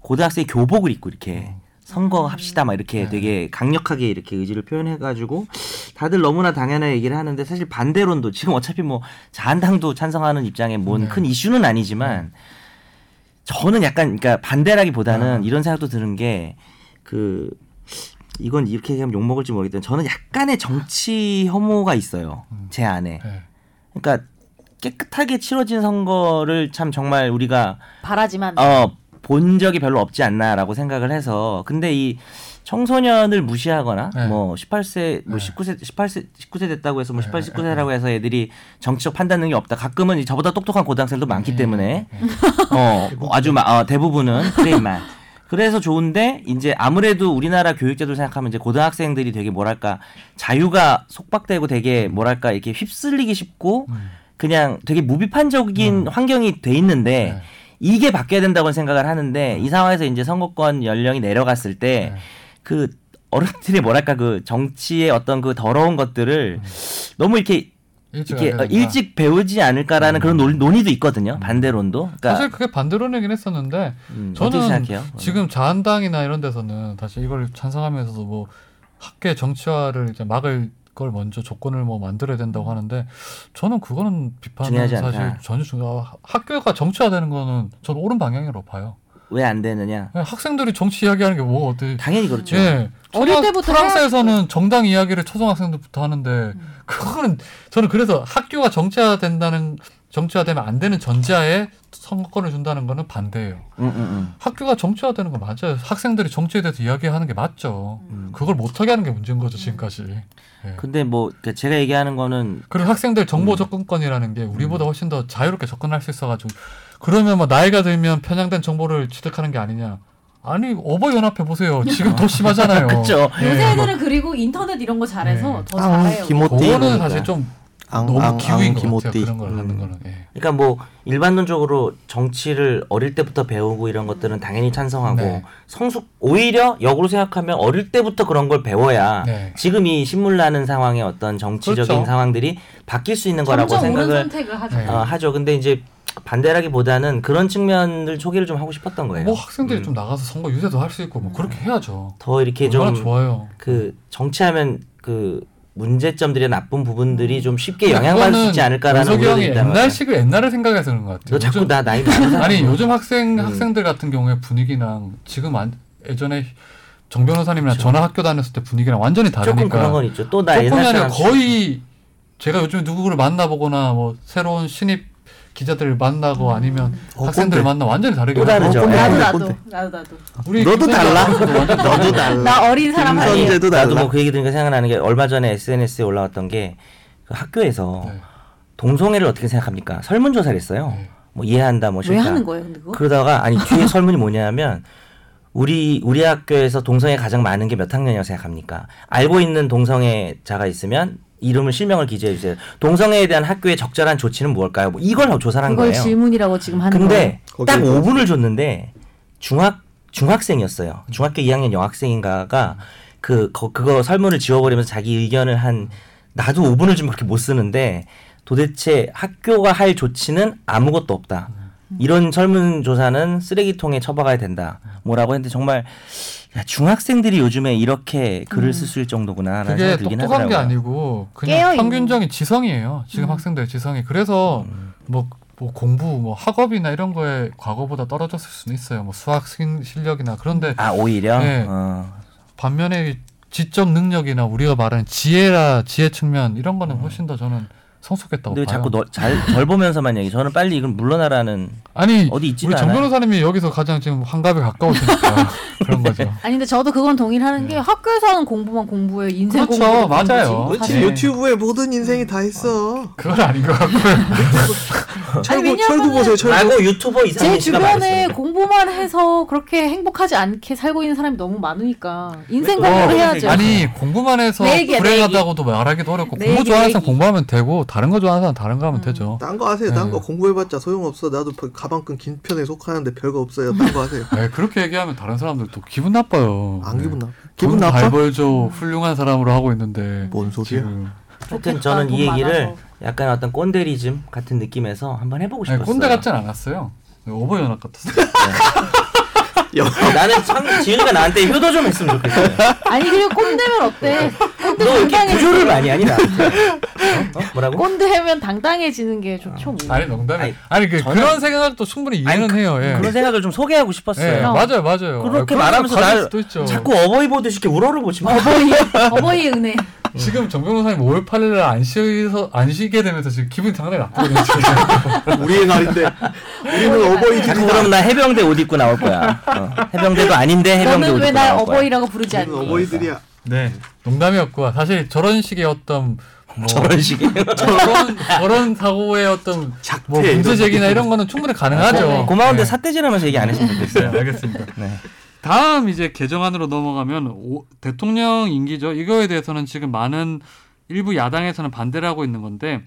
Speaker 2: 고등학생 교복을 입고 이렇게 선거합시다 막 이렇게
Speaker 1: 네.
Speaker 2: 되게 강력하게 이렇게 의지를 표현해 가지고 다들 너무나 당연한 얘기를 하는데 사실 반대론도 지금 어차피 뭐 자한당도 찬성하는 입장에 뭔
Speaker 1: 네.
Speaker 2: 큰 이슈는 아니지만 저는 약간 그러니까
Speaker 1: 네.
Speaker 2: 반대라기보다는 이런 생각도 드는 게 그 이건 이렇게 얘기하면 욕먹을지 모르겠지만 저는 약간의 정치 혐오가 있어요. 제 안에.
Speaker 1: 네.
Speaker 2: 그러니까 깨끗하게 치러진 선거를 참 정말 우리가
Speaker 5: 바라지만
Speaker 2: 어 본 적이 별로 없지 않나라고 생각을 해서 근데 이 청소년을 무시하거나
Speaker 1: 네.
Speaker 2: 뭐 18세 뭐
Speaker 1: 네.
Speaker 2: 19세 18세 19세 됐다고 해서 뭐
Speaker 1: 네,
Speaker 2: 18,
Speaker 1: 네,
Speaker 2: 19세라고 해서 애들이 정치적 판단 능력이 없다. 가끔은 이 저보다 똑똑한 고등학생도 많기 때문에
Speaker 1: 네.
Speaker 2: 어, 아주 마, 어, 대부분은 그레이만. 그래서 좋은데 이제 아무래도 우리나라 교육제도를 생각하면 이제 고등학생들이 되게 뭐랄까 자유가 속박되고 되게 뭐랄까 이렇게 휩쓸리기 쉽고
Speaker 1: 음.
Speaker 2: 그냥 되게 무비판적인 환경이 돼 있는데
Speaker 1: 네. 음.
Speaker 2: 이게 바뀌어야 된다고 생각을 하는데 이 상황에서 이제 선거권 연령이 내려갔을 때
Speaker 1: 네.
Speaker 2: 그 어른들이 뭐랄까 그 정치의 어떤 그 더러운 것들을 너무 이렇게
Speaker 1: 음. 일찍
Speaker 2: 이렇게
Speaker 1: 알게
Speaker 2: 어,
Speaker 1: 된다.
Speaker 2: 일찍 배우지 않을까라는 그런 논- 논의도 있거든요 반대론도. 그러니까
Speaker 1: 음. 사실 그게 반대론이긴 했었는데
Speaker 2: 음, 어떻게
Speaker 1: 저는
Speaker 2: 생각해요?
Speaker 1: 지금 자한당이나 이런 데서는 다시 이걸 찬성하면서도 뭐 학계 정치화를 이제 막을 걸 먼저 조건을 뭐 만들어야 된다고 하는데 저는 그거는 비판은
Speaker 2: 중요하지 않다.
Speaker 1: 사실 전혀 중요 하- 학교가 정치화되는 거는 전 옳은 방향이라고 봐요.
Speaker 2: 왜 안 되느냐?
Speaker 1: 그냥 학생들이 정치 이야기하는 게 뭐가 어때?
Speaker 2: 당연히 그렇죠.
Speaker 1: 예.
Speaker 3: 어릴
Speaker 1: 초등학-
Speaker 3: 때부터
Speaker 1: 프랑스에서는 정당 이야기를 초등학생들부터 하는데
Speaker 3: 음.
Speaker 1: 그거는 저는 그래서 학교가 정치화된다는 정치화되면 안 되는 전제하에 선거권을 준다는 거는 반대예요.
Speaker 2: 음, 음, 음.
Speaker 1: 학교가 정치화되는 거 맞아요. 학생들이 정치에 대해서 이야기하는 게 맞죠.
Speaker 2: 음.
Speaker 1: 그걸 못하게 하는 게 문제인 거죠 지금까지. 예.
Speaker 2: 근데 뭐 그러니까 제가 얘기하는 거는
Speaker 1: 그리고 학생들 정보
Speaker 2: 음.
Speaker 1: 접근권이라는 게 우리보다 훨씬 더 자유롭게 접근할 수 있어가지고 그러면 뭐 나이가 들면 편향된 정보를 취득하는 게 아니냐? 아니 어버 연합해 보세요. 지금 더 심하잖아요.
Speaker 2: 그렇죠.
Speaker 1: 예.
Speaker 5: 요새 애들은 그리고 인터넷 이런 거 잘해서
Speaker 1: 네.
Speaker 5: 더 어,
Speaker 2: 아,
Speaker 5: 잘해요.
Speaker 1: 그거는 사실 좀
Speaker 4: 앙,
Speaker 1: 너무
Speaker 4: 앙,
Speaker 1: 기우인
Speaker 4: 앙,
Speaker 1: 것
Speaker 4: 김오띠.
Speaker 1: 같아요. 그런 걸 하는 거는. 예.
Speaker 2: 그러니까 뭐 일반론적으로 정치를 어릴 때부터 배우고 이런 것들은 당연히 찬성하고
Speaker 1: 네.
Speaker 2: 성숙 오히려 역으로 생각하면 어릴 때부터 그런 걸 배워야
Speaker 1: 네.
Speaker 2: 지금 이 신물나는 상황의 어떤 정치적인
Speaker 1: 그렇죠.
Speaker 2: 상황들이 바뀔 수 있는 거라고
Speaker 5: 점점 옳은
Speaker 2: 생각을
Speaker 5: 선택을 하죠.
Speaker 1: 네.
Speaker 2: 어, 하죠. 근데 이제 반대라기보다는 그런 측면을 소개를 좀 하고 싶었던 거예요.
Speaker 1: 뭐 학생들이
Speaker 2: 음.
Speaker 1: 좀 나가서 선거 유세도 할 수 있고 뭐 그렇게 해야죠.
Speaker 2: 더 이렇게
Speaker 1: 얼마나
Speaker 2: 좀
Speaker 1: 좋아요.
Speaker 2: 그 정치하면 그 문제점들이나 나쁜 부분들이 좀 쉽게 영향받을 수 있지 않을까라는
Speaker 1: 석이
Speaker 2: 우려도
Speaker 1: 그러니까 형이
Speaker 2: 있단 말이야.
Speaker 1: 옛날식을 옛날을 생각해서 그런 것 같아요.
Speaker 2: 너 자꾸
Speaker 1: 요즘-
Speaker 2: 나 나이 많은 사람
Speaker 1: 아니 요즘 학생
Speaker 2: 음.
Speaker 1: 학생들 같은 경우에 분위기랑 지금 안, 예전에 정 변호사님이랑 전화 학교 다녔을 때 분위기랑 완전히 다르니까
Speaker 2: 조금 그런 건 있죠. 또 나
Speaker 1: 조금이
Speaker 2: 옛날
Speaker 1: 아니라
Speaker 2: 사람
Speaker 1: 거의 제가 요즘에 누구를 만나보거나 뭐 새로운 신입 기자들을
Speaker 3: 음.
Speaker 1: 만나고 아니면
Speaker 4: 어,
Speaker 1: 학생들을
Speaker 4: 꼰대.
Speaker 1: 만나 완전히 다르게
Speaker 2: 또 다르죠.
Speaker 4: 어,
Speaker 5: 나도
Speaker 4: 꼰대,
Speaker 5: 나도
Speaker 2: 네.
Speaker 4: 꼰대.
Speaker 5: 나도 나도
Speaker 1: 우리
Speaker 4: 너도
Speaker 1: 김선재
Speaker 4: 달라.
Speaker 1: 아나운서도 완전
Speaker 4: 너도
Speaker 2: 그
Speaker 4: 달라.
Speaker 5: 나 어린 사람
Speaker 4: 김선-
Speaker 5: 아니에요.
Speaker 4: 선제도
Speaker 2: 나도
Speaker 4: 달라.
Speaker 2: 뭐 그 얘기 들으니까 생각나는 게 얼마 전에 SNS에 올라왔던 게그 학교에서
Speaker 1: 네.
Speaker 2: 동성애를 어떻게 생각합니까? 설문조사를 했어요.
Speaker 1: 네.
Speaker 2: 뭐 이해한다, 뭐
Speaker 5: 왜
Speaker 2: 싫다.
Speaker 5: 하는 거예요, 근데 그거?
Speaker 2: 그러다가 아니 뒤에 설문이 뭐냐면 우리 우리 학교에서 동성애 가장 많은 게 몇 학년이라고 생각합니까? 알고 있는 동성애자가 있으면 이름을 실명을 기재해 주세요. 동성애에 대한 학교의 적절한 조치는 무엇일까요? 뭐 이걸 조사한 를
Speaker 3: 그걸
Speaker 2: 거예요.
Speaker 3: 질문이라고 지금 하는 거예요.
Speaker 2: 근데
Speaker 4: 거예요.
Speaker 2: 딱
Speaker 4: 거기에
Speaker 2: 5분을 줬는데 중학 중학생이었어요. 중학교 2학년 여학생인가가 그 거- 그거 설문을 지워버리면서 자기 의견을 한 나도 5분을 좀 그렇게 못 쓰는데 도대체 학교가 할 조치는 아무것도 없다. 이런 설문조사는 쓰레기통에 처박아야 된다. 뭐라고 했는데 정말 야, 중학생들이 요즘에 이렇게 글을 쓸 정도구나라는
Speaker 1: 그게
Speaker 2: 생각이 들긴
Speaker 1: 똑똑한
Speaker 2: 하더라고요.
Speaker 1: 게 아니고 그냥
Speaker 3: 깨어있는. 음.
Speaker 1: 평균적인 지성이에요. 지금 학생들의 지성이 그래서
Speaker 2: 음.
Speaker 1: 뭐, 뭐 공부, 뭐 학업이나 이런 거에 과거보다 떨어졌을 수는 있어요. 뭐 수학 신- 실력이나 그런데
Speaker 2: 아 오히려
Speaker 1: 네.
Speaker 2: 어.
Speaker 4: 음.
Speaker 1: 반면에 지적 능력이나 우리가 말하는 지혜라 지혜 측면 이런 거는 훨씬 더 저는 성숙했다고
Speaker 2: 근데 왜
Speaker 1: 봐요.
Speaker 2: 자꾸 너, 잘, 절 보면서만 얘기. 저는 빨리 이건 물러나라는
Speaker 1: 아니
Speaker 2: 어디 있지는
Speaker 1: 우리 정
Speaker 2: 않아요.
Speaker 1: 변호사님이 여기서 가장 지금 환갑에 가까우시니까 그런 거죠.
Speaker 5: 아니 근데 저도 그건 동일하는 게 학교에서 하는 공부만 공부예요. 인생
Speaker 1: 그렇죠.
Speaker 5: 공부도
Speaker 1: 맞아요.
Speaker 5: 공부지.
Speaker 4: 그렇지
Speaker 1: 네.
Speaker 4: 유튜브에 모든 인생이 다 있어.
Speaker 1: 그건 아닌 것 같고요.
Speaker 4: 철구
Speaker 5: 왜냐면은-
Speaker 4: 철구 보세요 철구.
Speaker 2: 라고 유튜버
Speaker 5: 제
Speaker 2: 이상민 씨가
Speaker 5: 주변에
Speaker 2: 말했어요.
Speaker 5: 공부만 해서 그렇게 행복하지 않게 살고 있는 사람이 너무 많으니까 인생
Speaker 2: 어,
Speaker 5: 공부를 해야죠. 네
Speaker 1: 아니 공부만 해서
Speaker 5: 내 얘기야, 내
Speaker 1: 불행하다고도 말하기도 어렵고
Speaker 5: 내
Speaker 1: 공부
Speaker 5: 얘기,
Speaker 1: 좋아하는
Speaker 5: 내
Speaker 1: 사람
Speaker 5: 얘기.
Speaker 1: 공부하면 되고 다른 거 좋아하는 사람 다른 거
Speaker 5: 음.
Speaker 1: 하면 되죠.
Speaker 4: 딴 거 하세요. 딴 거
Speaker 1: 네.
Speaker 4: 공부해봤자 소용없어. 나도 그 가방끈 긴 편에 속하는데 별거 없어요. 딴 거 하세요.
Speaker 1: 네, 그렇게 얘기하면 다른 사람들 또 기분 나빠요.
Speaker 4: 안
Speaker 1: 네.
Speaker 4: 기분 나.
Speaker 1: 돈
Speaker 4: 기분 나빠?
Speaker 1: 잘 벌죠.
Speaker 5: 음.
Speaker 1: 훌륭한 사람으로 하고 있는데
Speaker 4: 뭔 소리야?
Speaker 1: 지금
Speaker 2: 하여튼
Speaker 5: 좋겠다,
Speaker 2: 저는 이
Speaker 5: 돈
Speaker 2: 얘기를
Speaker 5: 많아서.
Speaker 2: 약간 어떤 꼰대리즘 같은 느낌에서 한번 해보고
Speaker 1: 아니,
Speaker 2: 싶었어요.
Speaker 1: 네, 꼰대 같진 않았어요. 오버 연합 같았어요.
Speaker 2: 나는 참 지윤이가 나한테 효도 좀 했으면 좋겠어요.
Speaker 5: 아니 그리고 꼰대면 어때? 꼰대
Speaker 2: 너 이렇게
Speaker 5: 당당해.
Speaker 2: 구조를 많이 하니 나한테. 어? 어? 뭐라고?
Speaker 5: 꼰대면 당당해지는 게 좋죠. 뭐.
Speaker 1: 아니 농담이 아니,
Speaker 2: 아니,
Speaker 1: 아니 그
Speaker 2: 저는-
Speaker 1: 그런 생각도 충분히 이해는 해요. 예.
Speaker 2: 그런 생각을 좀 소개하고 싶었어요.
Speaker 1: 예, 맞아요, 맞아요.
Speaker 2: 그렇게
Speaker 1: 그런
Speaker 2: 말하면서
Speaker 1: 가질
Speaker 2: 날
Speaker 1: 수도 있죠.
Speaker 2: 자꾸 어버이 보듯이 이렇게 우러러보지 마.
Speaker 5: 어버이 어버이 은혜.
Speaker 1: 예. 지금 정 변호사님 5월 8일 날안 쉬어서 안 쉬게 되면서 지금 기분이 상당히 나쁘거든요. 지금.
Speaker 4: 우리의 날인데 우리는
Speaker 2: 자꾸
Speaker 4: 어버이들이다.
Speaker 2: 그럼 나 해병대 옷 입고 나올 거야. 어. 해병대도 아닌데 해병대 옷
Speaker 5: 너는
Speaker 2: 입고
Speaker 5: 왜 날
Speaker 2: 나올 거야.
Speaker 5: 어버이라고 부르지
Speaker 4: 우리는
Speaker 5: 않니?
Speaker 4: 어버이들이야.
Speaker 1: 네, 농담이었고 사실 저런 식의 어떤 뭐
Speaker 2: 저런 식의
Speaker 1: 저런 저런 사고의 어떤
Speaker 4: 작태
Speaker 1: 뭐 문제 제기나 이런 거는 충분히 가능하죠.
Speaker 2: 뭐 고마운데
Speaker 1: 네.
Speaker 2: 삿대질하면서 얘기 안 했으면 좋겠어요.
Speaker 1: 네, 알겠습니다.
Speaker 2: 네.
Speaker 1: 다음 이제 개정안으로 넘어가면 오- 대통령 임기죠. 이거에 대해서는 지금 많은 일부 야당에서는 반대를 하고 있는 건데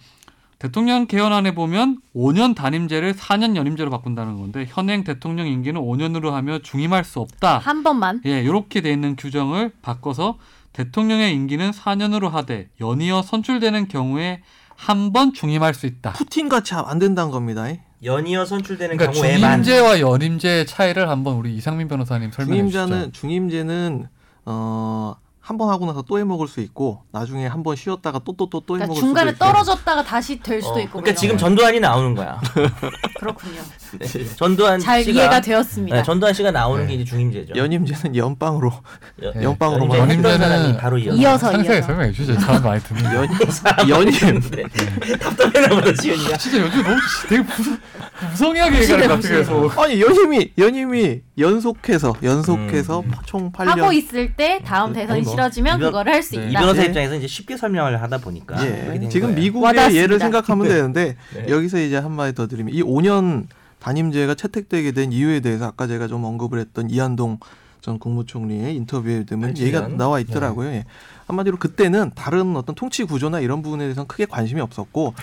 Speaker 1: 대통령 개헌안에 보면 5년 단임제를 4년 연임제로 바꾼다는 건데 현행 대통령 임기는 5년으로 하며 중임할 수 없다.
Speaker 5: 한 번만.
Speaker 1: 예, 이렇게 돼 있는 규정을 바꿔서 대통령의 임기는 4년으로 하되 연이어 선출되는 경우에 한 번 중임할 수 있다.
Speaker 4: 푸틴 같이 안 된다는 겁니다. 이.
Speaker 2: 연이어 선출되는
Speaker 1: 그러니까
Speaker 2: 경우에만
Speaker 1: 중임제와 연임제의 차이를 한번 우리 이상민 변호사님 설명해 주시죠.
Speaker 4: 중임자는 중임제는 어. 한 번 하고 나서 또 해먹을 수 있고 나중에 한 번 쉬었다가 또 또 또 또
Speaker 5: 그러니까
Speaker 4: 해먹을
Speaker 5: 중간에
Speaker 4: 수도 있고
Speaker 5: 떨어졌다가 다시 될 수도
Speaker 2: 어,
Speaker 5: 있고.
Speaker 2: 그러니까
Speaker 5: 그런
Speaker 2: 지금
Speaker 5: 거.
Speaker 2: 전두환이 나오는 거야.
Speaker 5: 그렇군요.
Speaker 2: 네. 전두환
Speaker 5: 잘
Speaker 2: 씨가
Speaker 5: 이해가 되었습니다.
Speaker 2: 네, 전두환 씨가 나오는
Speaker 1: 네.
Speaker 2: 게 이제 중임제죠.
Speaker 4: 연임제는 연방으로
Speaker 2: 연-
Speaker 4: 연방으로만
Speaker 2: 연임제
Speaker 1: 연임제는-
Speaker 2: 했던 사람이 바로 이어.
Speaker 5: 이어- 이어서,
Speaker 1: 어, 상세하게
Speaker 5: 이어서.
Speaker 1: 설명해 주죠. 사람 많이 듣는. 거.
Speaker 4: 연 연임
Speaker 2: 답답해나보다 지윤이가.
Speaker 1: 진짜 요즘 너무 지- 되게 무성, 무성하게 얘기하는 것 같아요. 그래서
Speaker 4: 아니 연임이 연임이 연속해서 연속해서
Speaker 2: 음.
Speaker 4: 총 8년
Speaker 5: 하고 있을 때 다음 네. 대선이
Speaker 4: 어, 뭐.
Speaker 5: 치러지면
Speaker 2: 이거-
Speaker 5: 그거를 할 수
Speaker 1: 네.
Speaker 2: 이
Speaker 5: 있다.
Speaker 2: 변호사
Speaker 4: 예.
Speaker 2: 입장에서 이제 쉽게 설명을 하다 보니까 그렇게
Speaker 4: 예.
Speaker 2: 된
Speaker 4: 지금
Speaker 2: 거예요.
Speaker 4: 미국의
Speaker 5: 와닿습니다.
Speaker 4: 예를 생각하면
Speaker 2: 네.
Speaker 4: 되는데
Speaker 2: 네.
Speaker 4: 여기서 이제 한 마디 더 드리면 이 5년 단임제가 채택되게 된 이유에 대해서 아까 제가 좀 언급을 했던 이한동 전 국무총리의 인터뷰에 보면
Speaker 2: 알지,
Speaker 4: 얘기가
Speaker 2: 이런?
Speaker 4: 나와 있더라고요. 예. 한마디로 그때는 다른 어떤 통치 구조나 이런 부분에 대해서는 크게 관심이 없었고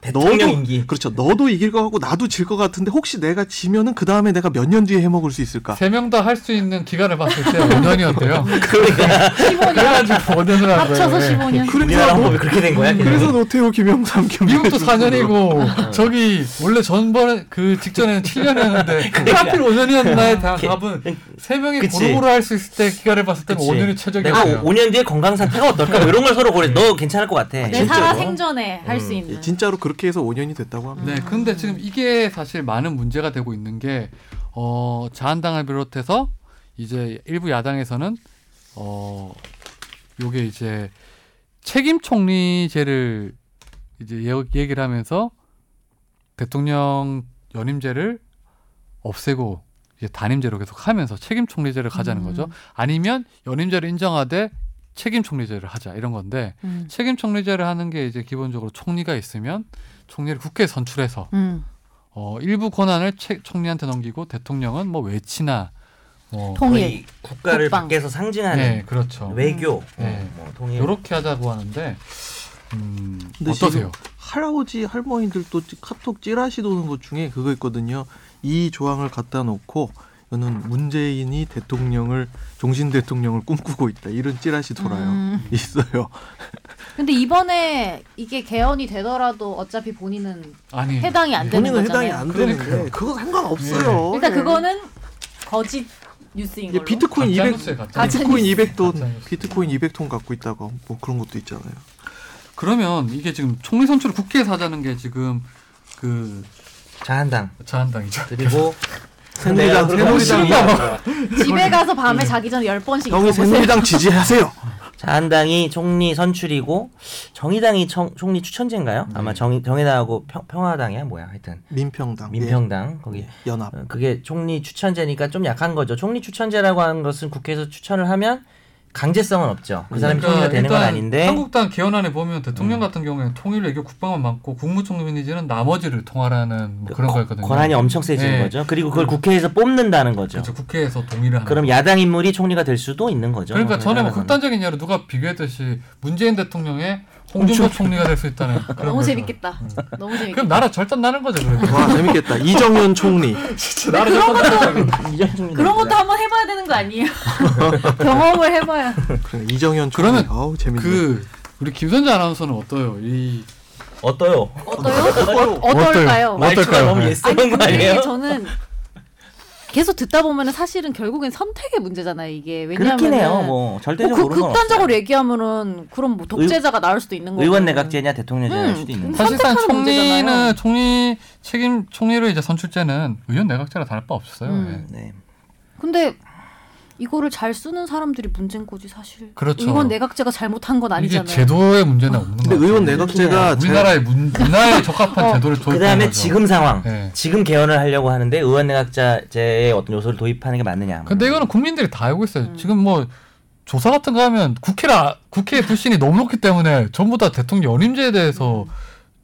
Speaker 2: 대통령 임기.
Speaker 4: 그렇죠. 너도 이길 것 같고 나도 질 것 같은데 혹시 내가 지면은 그 다음에 내가 몇 년 뒤에 해먹을 수 있을까?
Speaker 1: 세 명 다 할 수 있는 기간을 봤을 때 5년이었대요.
Speaker 2: 그러니까.
Speaker 5: 15년
Speaker 1: 그래가지고 5년을 한 거예요.
Speaker 5: 합쳐서
Speaker 1: 예.
Speaker 5: 15년.
Speaker 2: 우리나라
Speaker 4: 그래서 뭐
Speaker 2: 법이 그렇게 된 거야.
Speaker 4: 그래서 노태우 김영삼 김
Speaker 1: 네. 미국도
Speaker 2: 어.
Speaker 1: 4년이고 저기 원래 전번에 그 직전에는 7년이었는데 하필 5년이었나의 다,
Speaker 2: 걔-
Speaker 1: 답은 세 명이
Speaker 2: 그러니까. 그 그치.
Speaker 1: 고루고루 할 수 있을 때 기간을 봤을 때는
Speaker 2: 그치.
Speaker 1: 5년이
Speaker 2: 내가
Speaker 1: 최적이었어요.
Speaker 2: 5년 뒤에 건강 상태가 어떨까? 뭐 이런 걸 서로 고려. 너 괜찮을 것 같아.
Speaker 5: 내 살아 네,
Speaker 4: 진짜로?
Speaker 5: 생전에 할 수 있는.
Speaker 4: 예, 진짜로 그렇게 해서 5년이 됐다고 합니다.
Speaker 1: 네, 근데 지금 이게 사실 많은 문제가 되고 있는 게 어, 자한당을 비롯해서 이제 일부 야당에서는 어 요게 이제 책임 총리제를 이제 예- 얘기를 하면서 대통령 연임제를 없애고 이제 단임제로 계속 하면서 책임 총리제를 가자는
Speaker 5: 음.
Speaker 1: 거죠. 아니면 연임제를 인정하되 책임 총리제를 하자 이런 건데
Speaker 5: 음.
Speaker 1: 책임 총리제를 하는 게 이제 기본적으로 총리가 있으면 총리를 국회에 선출해서
Speaker 5: 음.
Speaker 1: 어, 일부 권한을 채- 총리한테 넘기고 대통령은 뭐 외치나 뭐
Speaker 5: 통일.
Speaker 2: 거의 국가를
Speaker 5: 국방.
Speaker 2: 밖에서 상징하는
Speaker 1: 네, 그렇죠.
Speaker 2: 외교,
Speaker 1: 네.
Speaker 2: 어, 뭐 통일.
Speaker 1: 요렇게 하자고 하는데 음,
Speaker 4: 근데
Speaker 1: 어떠세요?
Speaker 4: 할아버지 할머니들도 찌- 카톡 찌라시 도는 것 중에 그거 있거든요. 이 조항을 갖다 놓고 이거는 문재인이 대통령을 종신 대통령을 꿈꾸고 있다 이런 찌라시 돌아요.
Speaker 5: 음.
Speaker 4: 있어요.
Speaker 5: 근데 이번에 이게 개헌이 되더라도 어차피 본인은
Speaker 1: 아니
Speaker 5: 해당이 안 되는
Speaker 4: 본인은
Speaker 5: 거잖아요.
Speaker 4: 해당이 안
Speaker 1: 그러니까요.
Speaker 4: 되는데 그거 상관없어요.
Speaker 5: 일단
Speaker 4: 예.
Speaker 5: 그거는 거짓 뉴스인
Speaker 4: 이게
Speaker 5: 걸로.
Speaker 4: 비트코인
Speaker 1: 가짜
Speaker 4: 200
Speaker 1: 뉴스에 가짜 뉴스.
Speaker 4: 비트코인 200돈
Speaker 1: 가짜뉴스.
Speaker 4: 비트코인 200돈 갖고 있다고 뭐 그런 것도 있잖아요.
Speaker 1: 그러면 이게 지금 총리 선출을 국회에서 하자는 게 지금 그
Speaker 2: 자한당
Speaker 1: 자한당이죠.
Speaker 2: 그리고
Speaker 4: 새누리당,
Speaker 2: 내가 네, 아, 그렇게
Speaker 4: 새누리당.
Speaker 2: 하고 싶은 거. 네.
Speaker 5: 집에 가서 밤에 자기 전에 열 번씩
Speaker 4: 형이
Speaker 5: 읽어보세요.
Speaker 4: 새누리당 지지하세요.
Speaker 2: 자한당이 총리 선출이고 정의당이 청- 총리 추천제인가요?
Speaker 1: 네.
Speaker 2: 아마 정, 정의당하고 평, 평화당이야 뭐야 하여튼
Speaker 1: 네.
Speaker 4: 민평당,
Speaker 2: 민평당
Speaker 4: 예,
Speaker 2: 거기
Speaker 4: 연합.
Speaker 2: 어, 그게 총리 추천제니까 좀 약한 거죠. 총리 추천제라고 하는 것은 국회에서 추천을 하면 강제성은 없죠. 그 사람이 총리가 되는 건
Speaker 1: 그러니까 일단
Speaker 2: 아닌데
Speaker 1: 한국당 개헌안에 보면 대통령 같은 경우에는 통일 외교 국방만 많고 국무총리 내지는 나머지를 통하라는 뭐 그런
Speaker 2: 거-
Speaker 1: 거였거든요.
Speaker 2: 권한이 엄청 세지는
Speaker 1: 예.
Speaker 2: 거죠. 그리고 그걸 국회에서 뽑는다는 거죠.
Speaker 1: 그렇죠. 국회에서 동의를 하는.
Speaker 2: 그럼 야당 인물이 총리가 될 수도 있는 거죠.
Speaker 1: 그러니까 전에 뭐
Speaker 2: 하는
Speaker 1: 극단적인 예로 누가 비교했듯이 문재인 대통령의 홍준표 총리가 될 수 있다는 그런
Speaker 5: 너무
Speaker 1: 거죠.
Speaker 5: 재밌겠다.
Speaker 2: 음.
Speaker 5: 너무 재밌겠다.
Speaker 1: 그럼 나라 절단 나는 거죠. 그래도.
Speaker 4: 와 재밌겠다. 이정현 총리.
Speaker 1: 진짜 나라 절단 나는 거죠.
Speaker 2: 거죠. 이전 총리
Speaker 5: 그런
Speaker 2: 나오죠.
Speaker 5: 것도 한번 해봐야 되는 거 아니에요?
Speaker 3: 경험을 해봐야.
Speaker 4: 그래, 이정현 총리.
Speaker 1: 그러면
Speaker 4: 아우 재밌네.
Speaker 1: 그 우리 김선재 아나운서는 어때요? 이
Speaker 2: 어때요?
Speaker 5: 어떠요? 어떨까요?
Speaker 2: 말투가 너무
Speaker 1: 네.
Speaker 2: 예스한 거 아니에요?
Speaker 5: 저는 계속 듣다 보면은 사실은 결국엔 선택의 문제잖아요 이게
Speaker 2: 그렇긴 해요.
Speaker 5: 왜냐하면
Speaker 2: 뭐 절대적으로
Speaker 5: 뭐
Speaker 2: 그런 건 없어요.
Speaker 5: 극단적으로 얘기하면은 그럼 뭐 독재자가 나올 수도 있는 거고
Speaker 2: 의원 내각제냐 대통령제냐 할 수도 있는
Speaker 5: 뭐 음.
Speaker 2: 거.
Speaker 1: 사실상
Speaker 5: 선택하는
Speaker 1: 총리는
Speaker 5: 문제잖아요.
Speaker 1: 총리 책임 총리로 이제 선출제는 의원 내각제라 다를 바 없어요.
Speaker 5: 음.
Speaker 1: 예.
Speaker 2: 네.
Speaker 5: 근데 이거를 잘 쓰는 사람들이 문제인 거지 사실
Speaker 1: 그렇죠.
Speaker 5: 의원 내각제가 잘못한 건 아니잖아요
Speaker 1: 이게 제도의 문제는 없는 거죠.
Speaker 4: 근데 의원 내각제가 제,
Speaker 1: 네, 우리나라의 문, 문화에 적합한
Speaker 5: 어,
Speaker 1: 제도를 도입하는
Speaker 2: 그다음에
Speaker 1: 거죠.
Speaker 2: 지금 상황,
Speaker 1: 네.
Speaker 2: 지금 개헌을 하려고 하는데 의원 내각제의 어떤 요소를 도입하는 게 맞느냐.
Speaker 1: 근데 이거는 국민들이 다 알고
Speaker 5: 음.
Speaker 1: 있어요. 지금 뭐 조사 같은 거 하면 국회라 국회 불신이 너무 높기 때문에 전부 다 대통령 연임제에
Speaker 5: 음.
Speaker 1: 대해서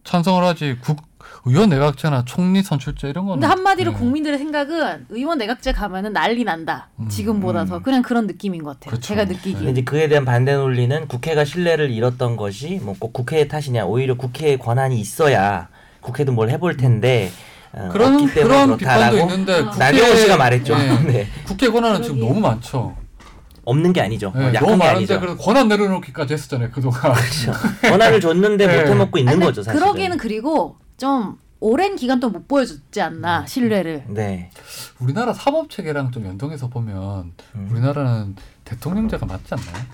Speaker 1: 찬성을 하지 국 의원 내각제나 총리 선출제 이런 거는
Speaker 5: 근데 한마디로
Speaker 1: 네.
Speaker 5: 국민들의 생각은 의원 내각제 가면은 난리 난다 지금보다 더 그냥 그런 느낌인 것
Speaker 1: 음.
Speaker 5: 같아요
Speaker 1: 그렇죠.
Speaker 5: 제가 느끼기
Speaker 2: 근데 이제 그에 대한 반대 논리는 국회가 신뢰를 잃었던 것이 뭐 꼭 국회의 탓이냐. 오히려 국회의 권한이 있어야 국회도 뭘 해볼 텐데 어,
Speaker 1: 그런
Speaker 2: 없기 때문에
Speaker 1: 그런 비판도
Speaker 2: 그렇다라고
Speaker 1: 있는데
Speaker 2: 나경원
Speaker 1: 국회에-
Speaker 2: 씨가 말했죠.
Speaker 1: 예.
Speaker 2: 네.
Speaker 1: 국회 권한은 지금
Speaker 5: 그러게요.
Speaker 1: 너무 많죠.
Speaker 2: 없는 게 아니죠.
Speaker 1: 예,
Speaker 2: 어,
Speaker 1: 너무
Speaker 2: 약한 게
Speaker 1: 많은데
Speaker 2: 아니죠. 그렇죠.
Speaker 1: 그래도 권한 내려놓기까지 했었잖아요 그동안.
Speaker 2: 권한을 줬는데
Speaker 1: 네.
Speaker 2: 못 해먹고 있는
Speaker 5: 아니, 근데
Speaker 2: 거죠 사실은.
Speaker 5: 그러기에는 그리고 좀 오랜 기간 동안 못 보여줬지 않나 신뢰를
Speaker 2: 네.
Speaker 1: 우리나라 사법 체계랑 좀 연동해서 보면
Speaker 2: 음.
Speaker 1: 우리나라는 대통령제가 맞지 않나요?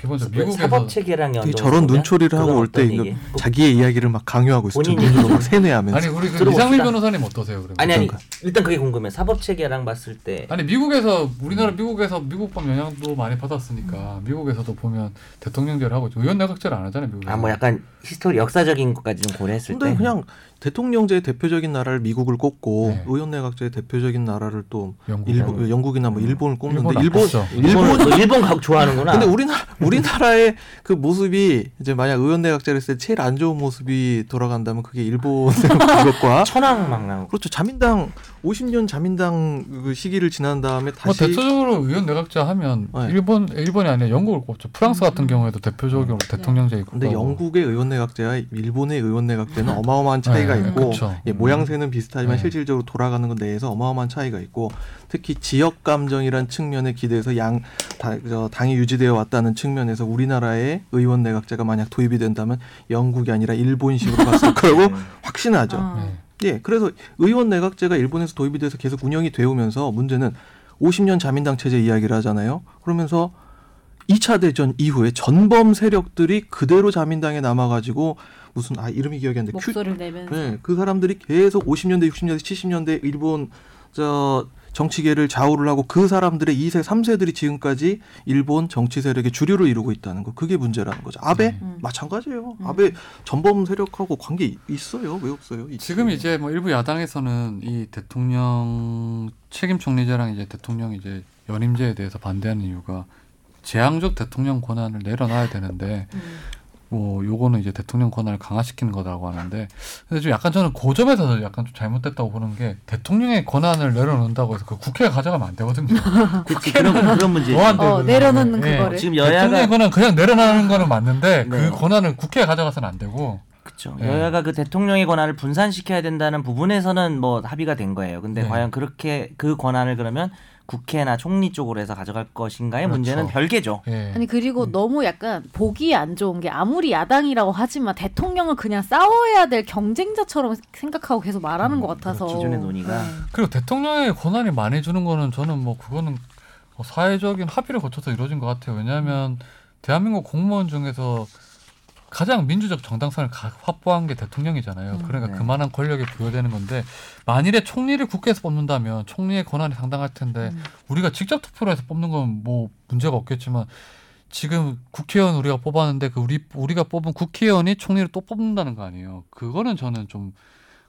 Speaker 1: 기본적으로 미국에서
Speaker 2: 사법 체계랑 연동.
Speaker 4: 이 저런 눈초리를 하고 올 때 이거 자기의 이야기를 막 강요하고 있어.
Speaker 2: 본인이
Speaker 4: 눈으로 막 세뇌하면서.
Speaker 1: 아니 우리 그
Speaker 2: 들어봅시다.
Speaker 1: 이상민 변호사님 어떠세요? 그러면?
Speaker 2: 아니 아니
Speaker 4: 어떤가?
Speaker 2: 일단 그게 궁금해. 사법 체계랑 봤을 때
Speaker 1: 아니 미국에서 우리나라 미국에서 미국법 영향도 많이 받았으니까 미국에서도 보면 대통령제를 하고 있죠. 의원 내각제를 안 하잖아요 미국에서.
Speaker 2: 아 뭐 약간 히스토리 역사적인 것까지 좀 고려했을
Speaker 4: 근데
Speaker 1: 네.
Speaker 2: 때
Speaker 4: 그냥 대통령제의 대표적인 나라를 미국을 꼽고
Speaker 1: 네.
Speaker 4: 의원내각제의 대표적인 나라를 또
Speaker 1: 영국.
Speaker 4: 일본, 영국이나 뭐 일본을 꼽는데
Speaker 1: 일본
Speaker 4: 일본
Speaker 1: 나빴죠.
Speaker 2: 일본
Speaker 4: 일본
Speaker 2: 일본, 각 좋아하는구나.
Speaker 4: 근데 우리나라 우리나라의 그 모습이 이제 만약 의원내각제를 했을 때 제일 안 좋은 모습이 돌아간다면 그게 일본의 그것과
Speaker 2: 천황 막 나오고
Speaker 4: 그렇죠 자민당 50년 자민당 그 시기를 지난 다음에
Speaker 1: 뭐
Speaker 4: 다시
Speaker 1: 대표적으로 의원 내각제 하면
Speaker 4: 네.
Speaker 1: 일본 일본이 아니라 영국을 꼽죠. 프랑스
Speaker 2: 음.
Speaker 1: 같은 경우에도 대표적으로 대통령제이고.
Speaker 4: 근데 영국의 의원내각제와 일본의 의원내각제는 어마어마한 차이가
Speaker 1: 네,
Speaker 4: 있고
Speaker 1: 그쵸.
Speaker 4: 예, 모양새는 비슷하지만
Speaker 1: 네.
Speaker 4: 실질적으로 돌아가는 것 내에서 어마어마한 차이가 있고 특히 지역 감정이란 측면에 기대해서 양 다, 저, 당이 유지되어 왔다는 측면에서 우리나라의 의원내각제가 만약 도입이 된다면 영국이 아니라 일본식으로 갔을 거라고 확신하죠.
Speaker 5: 어.
Speaker 1: 네.
Speaker 4: 예, 그래서 의원 내각제가 일본에서 도입이 돼서 계속 운영이 되오면서 문제는 50년 자민당 체제 이야기를 하잖아요. 그러면서 2차 대전 이후에 전범 세력들이 그대로 자민당에 남아가지고 무슨 아 이름이 기억이 안 나. 큐,
Speaker 5: 목소리를 내면서
Speaker 4: 예, 그 사람들이 계속 50년대, 60년대, 70년대 일본 저 정치계를 좌우를 하고 그 사람들의 2세, 3세들이 지금까지 일본 정치 세력의 주류를 이루고 있다는 거. 그게 문제라는 거죠. 아베
Speaker 5: 음.
Speaker 4: 마찬가지예요. 아베 전범 세력하고 관계 있어요? 왜 없어요? 이
Speaker 1: 지금 이제 뭐 일부 야당에서는 이 대통령 책임 총리제랑 이제 대통령 이제 연임제에 대해서 반대하는 이유가 재앙적 대통령 권한을 내려놔야 되는데
Speaker 5: 음.
Speaker 1: 뭐 요거는 이제 대통령 권한을 강화시키는 거라고 하는데 근데 좀 약간 저는 그 점에서 약간 좀 잘못됐다고 보는 게 대통령의 권한을 내려놓는다고 해서 그 국회가 가져가면 안 되거든요.
Speaker 2: 아, 그치, 그런 그런 문제.
Speaker 1: 너무 안 돼요,
Speaker 5: 어,
Speaker 1: 그거는.
Speaker 5: 내려놓는
Speaker 1: 예.
Speaker 5: 그거를.
Speaker 2: 예. 지금
Speaker 1: 뭐 대통령의
Speaker 2: 여야가
Speaker 1: 권한 그냥 내려놓는 거는 맞는데
Speaker 2: 네.
Speaker 1: 그 권한을 국회가 가져가서는 안 되고
Speaker 2: 그쵸.
Speaker 1: 예.
Speaker 2: 여야가 그 대통령의 권한을 분산시켜야 된다는 부분에서는 뭐 합의가 된 거예요. 근데
Speaker 1: 네.
Speaker 2: 과연 그렇게 그 권한을 그러면 국회나 총리 쪽으로 해서 가져갈 것인가의
Speaker 1: 그렇죠.
Speaker 2: 문제는 별개죠.
Speaker 1: 예.
Speaker 5: 아니 그리고 너무 약간 보기 안 좋은 게 아무리 야당이라고 하지만 대통령을 그냥 싸워야 될 경쟁자처럼 생각하고 계속 말하는
Speaker 1: 음.
Speaker 5: 것 같아서
Speaker 2: 기존의 논의가
Speaker 1: 그리고 대통령의 권한이 많이 주는 거는 저는 뭐 그거는 뭐 사회적인 합의를 거쳐서 이루어진 것 같아요. 왜냐하면 대한민국 공무원 중에서 가장 민주적 정당성을 가- 확보한 게 대통령이잖아요.
Speaker 5: 음,
Speaker 1: 그러니까
Speaker 2: 네.
Speaker 1: 그만한 권력이 부여되는 건데 만일에 총리를 국회에서 뽑는다면
Speaker 5: 음.
Speaker 1: 총리의 권한이 상당할 텐데 우리가 직접 투표를 해서 뽑는 건 뭐 문제가 없겠지만 지금 국회의원 우리가 뽑았는데 그 우리 우리가 뽑은 국회의원이 총리를 또 뽑는다는 거 아니에요? 그거는 저는 좀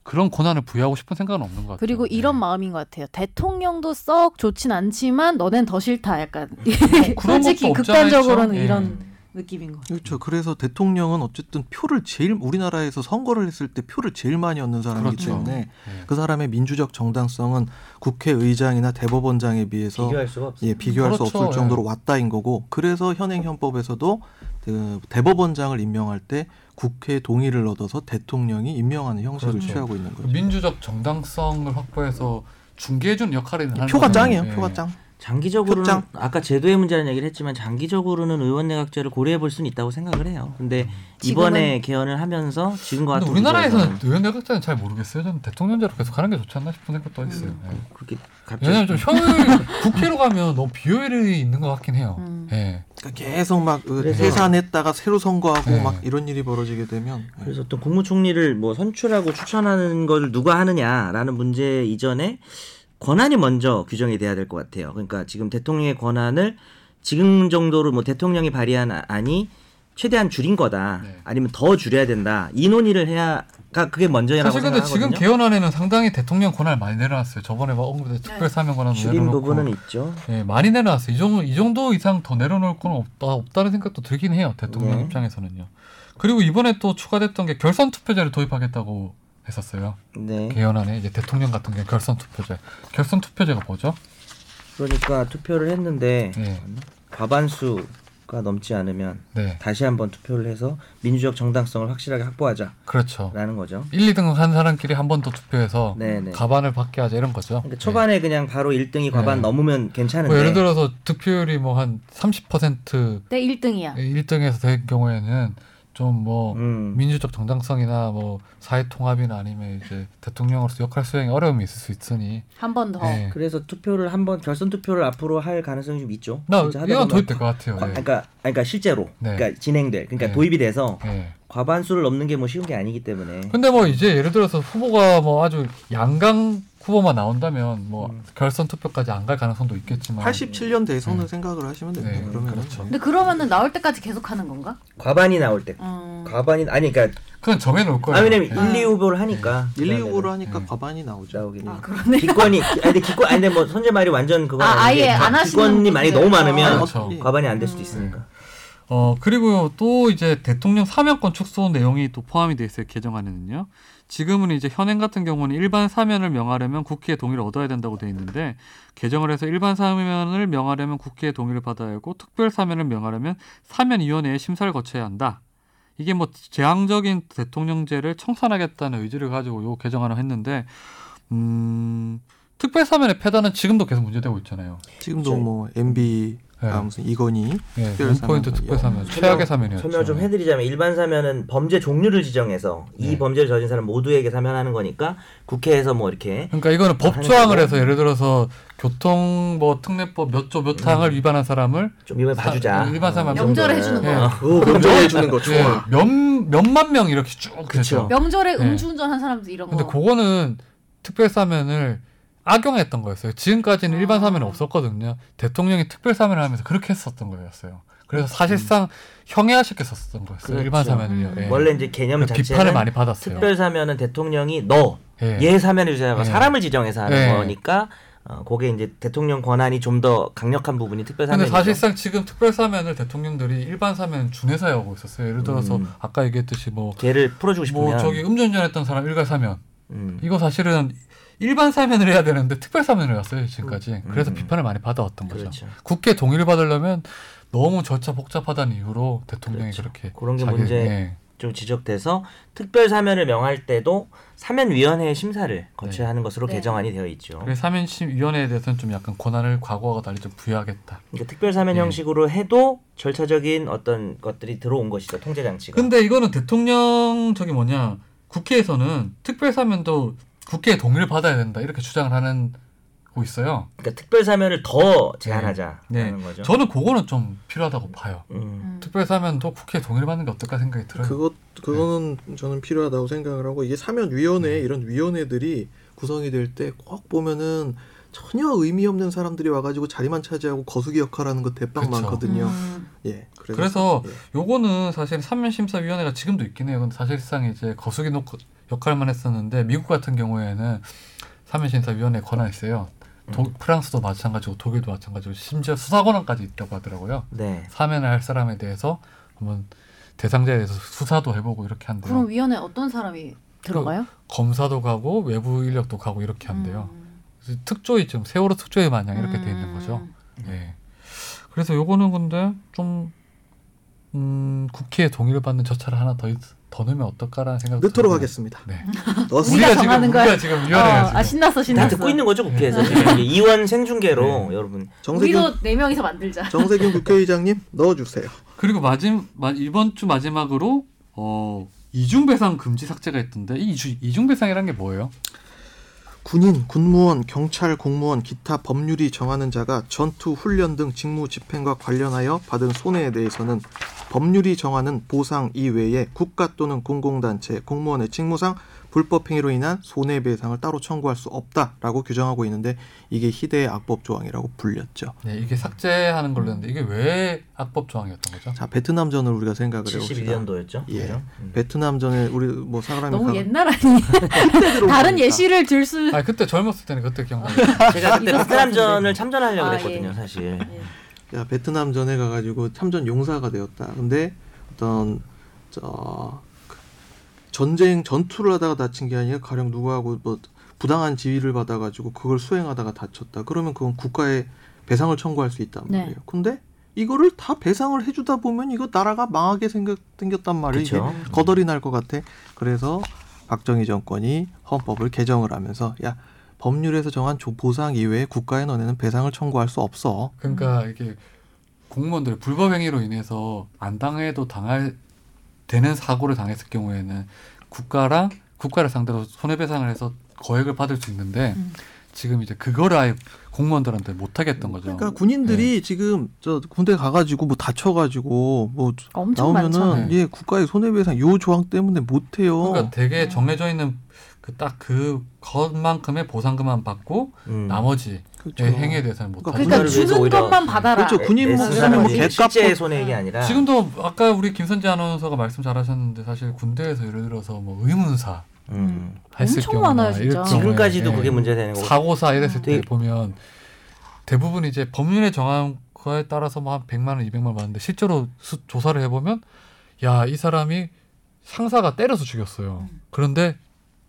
Speaker 1: 그런 권한을 부여하고 싶은 생각은 없는 것 같아요.
Speaker 5: 그리고 이런 마음인 것 같아요. 대통령도 썩 좋진 않지만 너넨 더 싫다. 약간
Speaker 1: 어, 그런
Speaker 5: 솔직히
Speaker 1: 것도 없잖아요,
Speaker 5: 극단적으로는
Speaker 1: 예.
Speaker 5: 이런 느낌인 것 같아요.
Speaker 4: 그렇죠. 그래서 대통령은 어쨌든 표를 제일 우리나라에서 선거를 했을 때 표를 제일 많이 얻는 사람이기
Speaker 1: 그렇죠.
Speaker 4: 때문에
Speaker 1: 네.
Speaker 4: 그 사람의 민주적 정당성은 국회의장이나 대법원장에 비해서
Speaker 2: 비교할 수가 없어.
Speaker 4: 예, 비교할 수
Speaker 1: 그렇죠.
Speaker 4: 없을 정도로 왔다인 거고 그래서 현행 헌법에서도 그 대법원장을 임명할 때 국회 동의를 얻어서 대통령이 임명하는 형식을
Speaker 1: 그렇죠.
Speaker 4: 취하고 있는 거죠.
Speaker 1: 민주적 정당성을 확보해서 중개해주는 역할을 하는
Speaker 4: 표가
Speaker 1: 거잖아요.
Speaker 4: 짱이에요.
Speaker 1: 예.
Speaker 4: 표가 짱.
Speaker 2: 장기적으로는
Speaker 4: 표창.
Speaker 2: 아까 제도의 문제라는 얘기를 했지만 장기적으로는 의원 내각제를 고려해 볼 수는 있다고 생각을 해요. 근데 이번에 개헌을 하면서
Speaker 1: 음.
Speaker 2: 지금과
Speaker 1: 예. 근데
Speaker 2: 같은
Speaker 1: 우리나라에서는
Speaker 2: 문제에서는
Speaker 1: 의원 내각제는 잘 모르겠어요. 저는 대통령제로 계속 가는 게 좋지 않나 싶은 생각도 했어요. 예.
Speaker 2: 그렇게
Speaker 1: 왜냐면 좀
Speaker 2: 갑자기
Speaker 1: 효율 국회로 가면 너무 비효율이 있는 것 같긴 해요.
Speaker 5: 음.
Speaker 1: 예.
Speaker 4: 그러니까 계속 막 그
Speaker 2: 그래서-
Speaker 4: 해산했다가 새로 선거하고
Speaker 1: 네.
Speaker 4: 막 이런 일이 벌어지게 되면 예.
Speaker 2: 그래서 또 국무총리를 뭐 선출하고 추천하는 걸 누가 하느냐라는 문제 이전에 권한이 먼저 규정이 돼야 될 것 같아요. 그러니까 지금 대통령의 권한을 지금 정도로 뭐 대통령이 발의한 아- 안이 최대한 줄인 거다.
Speaker 1: 네.
Speaker 2: 아니면 더 줄여야 된다. 이 논의를 해야가 그게 먼저라고
Speaker 1: 사실 근데
Speaker 2: 생각하거든요.
Speaker 1: 지금 개헌안에는 상당히 대통령 권한을 많이 내려놨어요. 저번에 막 엉뚱한
Speaker 5: 네.
Speaker 1: 특별사면 권한
Speaker 2: 줄인
Speaker 1: 내려놓고
Speaker 2: 부분은 있죠.
Speaker 1: 예, 많이 내려놨어요. 이 정도, 이 정도 이상 더 내려놓을 건 없다, 없다는 생각도 들긴 해요. 대통령
Speaker 2: 네.
Speaker 1: 입장에서는요. 그리고 이번에 또 추가됐던 게 결선 투표제를 도입하겠다고 했었어요.
Speaker 2: 네.
Speaker 1: 개헌안에 이제 대통령 같은 경우 결선 투표제. 결선 투표제가 뭐죠?
Speaker 2: 그러니까 투표를 했는데
Speaker 1: 예.
Speaker 2: 과반수가 넘지 않으면
Speaker 1: 네.
Speaker 2: 다시 한번 투표를 해서 민주적 정당성을 확실하게 확보하자라는
Speaker 1: 그렇죠.
Speaker 2: 거죠.
Speaker 1: 1, 2등 한 사람끼리 한 번 더 투표해서
Speaker 2: 네, 네.
Speaker 1: 가반을 받게 하자 이런 거죠.
Speaker 2: 그러니까 초반에 그냥 바로 1등이 과반
Speaker 1: 네.
Speaker 2: 넘으면
Speaker 1: 예.
Speaker 2: 괜찮은데
Speaker 1: 뭐 예를 들어서 득표율이 뭐 한 30%
Speaker 5: 내 1등이야.
Speaker 1: 네. 1등에서 될 경우에는 좀뭐
Speaker 2: 음,
Speaker 1: 민주적 정당성이나 뭐 사회 통합이나 아니면 이제 대통령으로서 역할 수행에 어려움이 있을 수 있으니
Speaker 5: 한 번
Speaker 2: 어,
Speaker 5: 더.
Speaker 1: 예.
Speaker 2: 그래서 투표를 한번 결선 투표를 앞으로 할 가능성이 좀 있죠.
Speaker 1: 나
Speaker 2: 진짜 그렇죠. 하다
Speaker 1: 이건
Speaker 2: 보면
Speaker 1: 도입될 것 같아요.
Speaker 2: 과-
Speaker 1: 예.
Speaker 2: 그러니까 아니, 그러니까 실제로
Speaker 1: 네.
Speaker 2: 그러니까 진행될 그러니까
Speaker 1: 네.
Speaker 2: 도입이 돼서
Speaker 1: 예.
Speaker 2: 과반수를 넘는 게 뭐 쉬운 게 아니기 때문에
Speaker 1: 근데 뭐 이제 예를 들어서 후보가 뭐 아주 양강 후보만 나온다면 뭐
Speaker 2: 음.
Speaker 1: 결선 투표까지 안 갈 가능성도 있겠지만
Speaker 4: 87년 대선을
Speaker 1: 네.
Speaker 4: 생각을 하시면 됩니다.
Speaker 1: 네,
Speaker 4: 그러면
Speaker 1: 그렇죠.
Speaker 5: 근데 그러면은 나올 때까지 계속 하는 건가?
Speaker 2: 과반이 나올 때
Speaker 5: 음.
Speaker 2: 과반이 아니 그러니까
Speaker 1: 그건 정해놓을 거예요.
Speaker 2: 아 왜냐면
Speaker 1: 예.
Speaker 2: 1, 2 후보를 하니까
Speaker 4: 1, 2, 5로 하니까
Speaker 1: 네.
Speaker 4: 과반이 나오죠. 음.
Speaker 2: 나오긴 해요.
Speaker 5: 아 그러네.
Speaker 2: 음. 기권이 아니 근데 기권 아니 근데 뭐 선제 말이 완전 그건
Speaker 5: 아,
Speaker 2: 아닌데
Speaker 5: 아예 안 하시는 아, 음.
Speaker 2: 기권이 많이 너무
Speaker 5: 분들은-
Speaker 2: 많으면
Speaker 1: 그렇죠.
Speaker 4: 예.
Speaker 2: 과반이 안 될 수도 있으니까
Speaker 1: 어 그리고 또 이제 대통령 사면권 축소 내용이 또 포함이 돼 있어요 개정안에는요. 지금은 이제 현행 같은 경우는 일반 사면을 명하려면 국회 의 동의를 얻어야 된다고 돼 있는데 개정을 해서 일반 사면을 명하려면 국회의 동의를 받아야 하고 특별 사면을 명하려면 사면위원회의 심사를 거쳐야 한다. 이게 뭐 재앙적인 대통령제를 청산하겠다는 의지를 가지고 요 개정안을 했는데 음 특별 사면의 폐단은 지금도 계속 문제되고 있잖아요.
Speaker 4: 지금도
Speaker 1: 네.
Speaker 2: 그렇죠.
Speaker 4: 뭐 MB 아, 무슨 이건희
Speaker 1: 예,
Speaker 4: 특별 네.
Speaker 1: 원포인트 특별
Speaker 4: 사면은 영-
Speaker 1: 사면 최악의 사면이었죠.
Speaker 2: 설명 좀 해드리자면 일반 사면은 범죄 종류를 지정해서 이
Speaker 1: 네.
Speaker 2: 범죄를 저진 사람 모두에게 사면하는 거니까 국회에서 뭐 이렇게
Speaker 1: 그러니까 이거는 법
Speaker 2: 하는
Speaker 1: 조항을
Speaker 2: 거죠.
Speaker 1: 해서 예를 들어서 교통 뭐 특례법 몇 조 몇
Speaker 2: 음.
Speaker 1: 항을 위반한 사람을
Speaker 2: 좀 이번에
Speaker 1: 사- 그
Speaker 2: 봐주자 그,
Speaker 1: 일반 사면 네.
Speaker 5: 명절에 해주는
Speaker 1: 거.
Speaker 4: 명절해 주는 거 좋아.
Speaker 1: 예, 몇 몇만 명 이렇게 쭉 되죠.
Speaker 2: 어.
Speaker 5: 명절에
Speaker 1: 네.
Speaker 5: 음주운전 한 사람도 이런 거.
Speaker 1: 근데 그거는 특별 사면을 악용했던 거였어요. 지금까지는
Speaker 5: 아.
Speaker 1: 일반 사면은 없었거든요. 대통령이 특별 사면을 하면서 그렇게 했었던 거였어요. 그래서 사실상 형해하시게 썼던 거였어요.
Speaker 2: 그렇죠.
Speaker 1: 일반 사면을요. 예.
Speaker 2: 원래 이제 개념
Speaker 1: 그래서 비판을
Speaker 2: 자체는
Speaker 1: 많이 받았어요.
Speaker 2: 특별 사면은 대통령이 너
Speaker 1: 예.
Speaker 2: 예 사면을 주자고
Speaker 1: 예.
Speaker 2: 사람을 지정해서 하는
Speaker 1: 예.
Speaker 2: 거니까 어, 그게 이제 대통령 권한이 좀 더 강력한 부분이 특별
Speaker 1: 근데
Speaker 2: 사면이죠.
Speaker 1: 사실상 지금 특별 사면을 대통령들이 일반 사면 준회사에 하고 있었어요. 예를 들어서
Speaker 2: 음.
Speaker 1: 아까 얘기했듯이 뭐
Speaker 2: 걔를 풀어주고 싶으면
Speaker 1: 뭐 저기 음주운전 했던 사람 일괄 사면
Speaker 2: 음.
Speaker 1: 이거 사실은 일반 사면을 해야 되는데 특별 사면을 왔어요 지금까지 그래서
Speaker 2: 음.
Speaker 1: 비판을 많이 받아왔던 거죠
Speaker 2: 그렇죠.
Speaker 1: 국회 동의를 받으려면 너무 절차 복잡하다는 이유로 대통령이
Speaker 2: 그렇죠.
Speaker 1: 그렇게
Speaker 2: 그런 게 문제-
Speaker 1: 예.
Speaker 2: 좀 지적돼서 특별 사면을 명할 때도 사면위원회의 심사를 거쳐야 하는 것으로
Speaker 5: 네.
Speaker 2: 개정안이 되어 있죠.
Speaker 1: 그래서 사면심위원회에 대해서는 좀 약간 권한을 과거와 달리 좀 부여하겠다
Speaker 2: 그러니까 특별 사면
Speaker 1: 네.
Speaker 2: 형식으로 해도 절차적인 어떤 것들이 들어온 것이죠 통제 장치가.
Speaker 1: 근데 이거는 대통령 저기 뭐냐 국회에서는 특별 사면도 국회의 동의를 받아야 된다 이렇게 주장을 하는 거 있어요
Speaker 2: 그러니까 특별 사면을 더 제한하자라는
Speaker 1: 네.
Speaker 2: 거죠.
Speaker 1: 저는 그거는 좀 필요하다고 봐요
Speaker 2: 음.
Speaker 5: 음.
Speaker 1: 특별 사면도 국회 동의를 받는 게 어떨까 생각이 들어요
Speaker 4: 그것 그거는
Speaker 1: 네.
Speaker 4: 저는 필요하다고 생각을 하고 이게 사면 위원회 이런 위원회들이 구성이 될 때 꼭 보면은 전혀 의미 없는 사람들이 와가지고 자리만 차지하고 거수기 역할하는 거 대빵
Speaker 1: 그쵸.
Speaker 4: 많거든요.
Speaker 5: 음.
Speaker 4: 예. 그래서,
Speaker 1: 그래서
Speaker 4: 예.
Speaker 1: 요거는 사실 삼면심사위원회가 지금도 있긴 해요. 근데 사실상 이제 거수기 놓고 역할만 했었는데 미국 같은 경우에는 삼면심사위원회 권한이 있어요. 도- 프랑스도 마찬가지고 독일도 마찬가지고 심지어 수사 권한까지 있다고 하더라고요.
Speaker 2: 네.
Speaker 1: 사면을 할 사람에 대해서 한번 대상자에 대해서 수사도 해보고 이렇게 한대요. 그러니까
Speaker 5: 그럼 위원회 어떤 사람이 들어가요?
Speaker 1: 검사도 가고 외부 인력도 가고 이렇게 한대요.
Speaker 5: 음.
Speaker 1: 그래서 특조위 지금 세월호 특조위 마냥 이렇게 돼 있는
Speaker 5: 음.
Speaker 1: 거죠. 예. 그래서 요거는 근데 좀 음, 국회에 동의를 받는 절차를 하나 더, 있- 더 넣으면 어떨까라는 생각도
Speaker 4: 넣도록
Speaker 1: 드네요.
Speaker 4: 하겠습니다.
Speaker 1: 네.
Speaker 4: 넣었습니다.
Speaker 5: 우리가
Speaker 1: 우리가 지금
Speaker 5: 정하는 거야?
Speaker 1: 우리가 지금
Speaker 5: 어,
Speaker 1: 위원회가 지금
Speaker 5: 아 신났어
Speaker 2: 다
Speaker 5: 신났어.
Speaker 2: 듣고 있는 거죠
Speaker 5: 네.
Speaker 2: 국회에서 지금 이게 이원 생중계로 여러분
Speaker 4: 정세균
Speaker 5: 우리도 네 명이서 만들자.
Speaker 4: 정세균 국회의장님 넣어주세요.
Speaker 1: 그리고 마지막 이번 주 마지막으로 어 이중배상 금지 삭제가 있던데 이 이중, 이중배상이란 게 뭐예요?
Speaker 4: 군인, 군무원, 경찰, 공무원, 기타 법률이 정하는 자가 전투, 훈련 등 직무 집행과 관련하여 받은 손해에 대해서는 법률이 정하는 보상 이외에 국가 또는 공공단체, 공무원의 직무상 불법행위로 인한 손해배상을 따로 청구할 수 없다라고 규정하고 있는데 이게 희대의 악법 조항이라고 불렸죠.
Speaker 1: 네, 이게 삭제하는 걸로 했는데 이게 왜 악법 조항이었던 거죠?
Speaker 4: 자 베트남전을 우리가 생각을 해봅시다.
Speaker 2: 72년도였죠.
Speaker 4: 아, 예.
Speaker 2: 그죠? 음.
Speaker 4: 베트남전에 우리 뭐 사람이
Speaker 5: 너무
Speaker 4: 가-
Speaker 5: 옛날 아니야? 다른 예시를 들 수.
Speaker 1: 아 그때 젊었을 때는 그때 기억나요.
Speaker 2: 제가 그때
Speaker 5: 이거
Speaker 2: 베트남전을 참전하려고
Speaker 5: 아,
Speaker 2: 그랬거든요
Speaker 5: 예.
Speaker 2: 사실.
Speaker 5: 예.
Speaker 4: 야 베트남 전에 가가지고 참전 용사가 되었다. 근데 어떤 저그 전쟁 전투를 하다가 다친 게 아니라 가령 누구하고 뭐 부당한 지위를 받아가지고 그걸 수행하다가 다쳤다. 그러면 그건 국가에 배상을 청구할 수 있단
Speaker 5: 네.
Speaker 4: 말이에요. 근데 이거를 다 배상을 해주다 보면 이거 나라가 망하게 생각 생겼단 말이에요. 이게
Speaker 2: 그렇죠.
Speaker 4: 거덜이 날 것 같아. 그래서 박정희 정권이 헌법을 개정을 하면서 야 법률에서 정한 조- 보상 이외에 국가의 너네는 배상을 청구할 수 없어.
Speaker 1: 그러니까 이게 공무원들이 불법 행위로 인해서 안 당해도 당할 되는 사고를 당했을 경우에는 국가랑 국가를 상대로 손해배상을 해서 거액을 받을 수 있는데
Speaker 5: 음.
Speaker 1: 지금 이제 그거를 아예 공무원들한테 못 하겠던 거죠.
Speaker 4: 그러니까 군인들이
Speaker 1: 네.
Speaker 4: 지금 저 군대 가가지고 뭐 다쳐가지고 뭐
Speaker 5: 엄청 많잖아.
Speaker 4: 나오면은
Speaker 1: 많잖아요.
Speaker 4: 예 국가의 손해배상 요 조항 때문에 못해요.
Speaker 1: 네. 그러니까 되게 정해져 있는 그 딱 그 것만큼의 보상금만 받고
Speaker 2: 음.
Speaker 1: 나머지
Speaker 4: 그렇죠.
Speaker 1: 의 예, 행위에 대해서는 못 하죠.
Speaker 4: 그러니까
Speaker 5: 그러니까
Speaker 2: 군인을 위해서
Speaker 5: 주는
Speaker 2: 오히려- 음.
Speaker 5: 것만 받아라.
Speaker 4: 그렇죠. 군인
Speaker 2: 내
Speaker 4: 목숨은
Speaker 2: 스스로의
Speaker 4: 뭐 갯값
Speaker 2: 네, 실제 손해액이 아니라
Speaker 1: 지금도 아까 우리 김선재 아나운서가 말씀 잘하셨는데 사실 군대에서 예를 들어서 뭐 의문사
Speaker 2: 음.
Speaker 1: 했을
Speaker 5: 엄청
Speaker 1: 경우나
Speaker 5: 많아요, 진짜.
Speaker 1: 이럴 경우에
Speaker 2: 지금까지도
Speaker 1: 예.
Speaker 2: 그게 문제되는 거고
Speaker 1: 사고사 이랬을 때
Speaker 2: 되게-
Speaker 1: 보면 대부분 이제 법률에 정한 거에 따라서 뭐한 100만 원, 200만 원 받는데 실제로 수- 조사를 해보면 야, 이 사람이 상사가 때려서 죽였어요. 그런데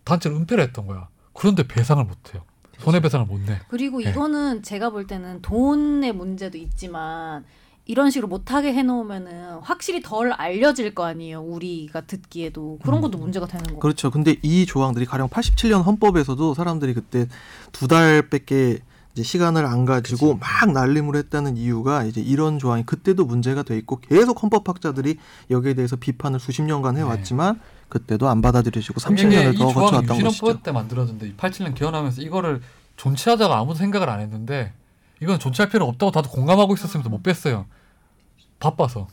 Speaker 1: 단체로 은폐를 했던 거야. 그런데 배상을 못 해요. 손해배상을 못 내.
Speaker 5: 그리고
Speaker 1: 네.
Speaker 5: 이거는 제가 볼 때는 돈의 문제도 있지만 이런 식으로 못하게 해놓으면은 확실히 덜 알려질 거 아니에요. 우리가 듣기에도
Speaker 1: 음.
Speaker 5: 그런 것도 문제가 되는 거고.
Speaker 4: 그렇죠. 근데 이 조항들이 가령 87년 헌법에서도 사람들이 그때 두 달밖에 이제 시간을 안 가지고 막 날림을 했다는 이유가 이제 이런 조항이 그때도 문제가 돼 있고 계속 헌법학자들이 여기에 대해서 비판을 수십 년간 해왔지만 그때도 안 받아들여지고 30년을
Speaker 1: 이게
Speaker 4: 더
Speaker 1: 네. 그러니까 이 조항이
Speaker 4: 거쳐왔던 것이죠.
Speaker 1: 유신헌법 때 만들어졌는데 이 87년 개헌하면서 이거를 존치하자고 아무도 생각을 안 했는데 이건 존치할 필요 없다고 다들 공감하고 있었으면서 못 뺐어요. 바빠서.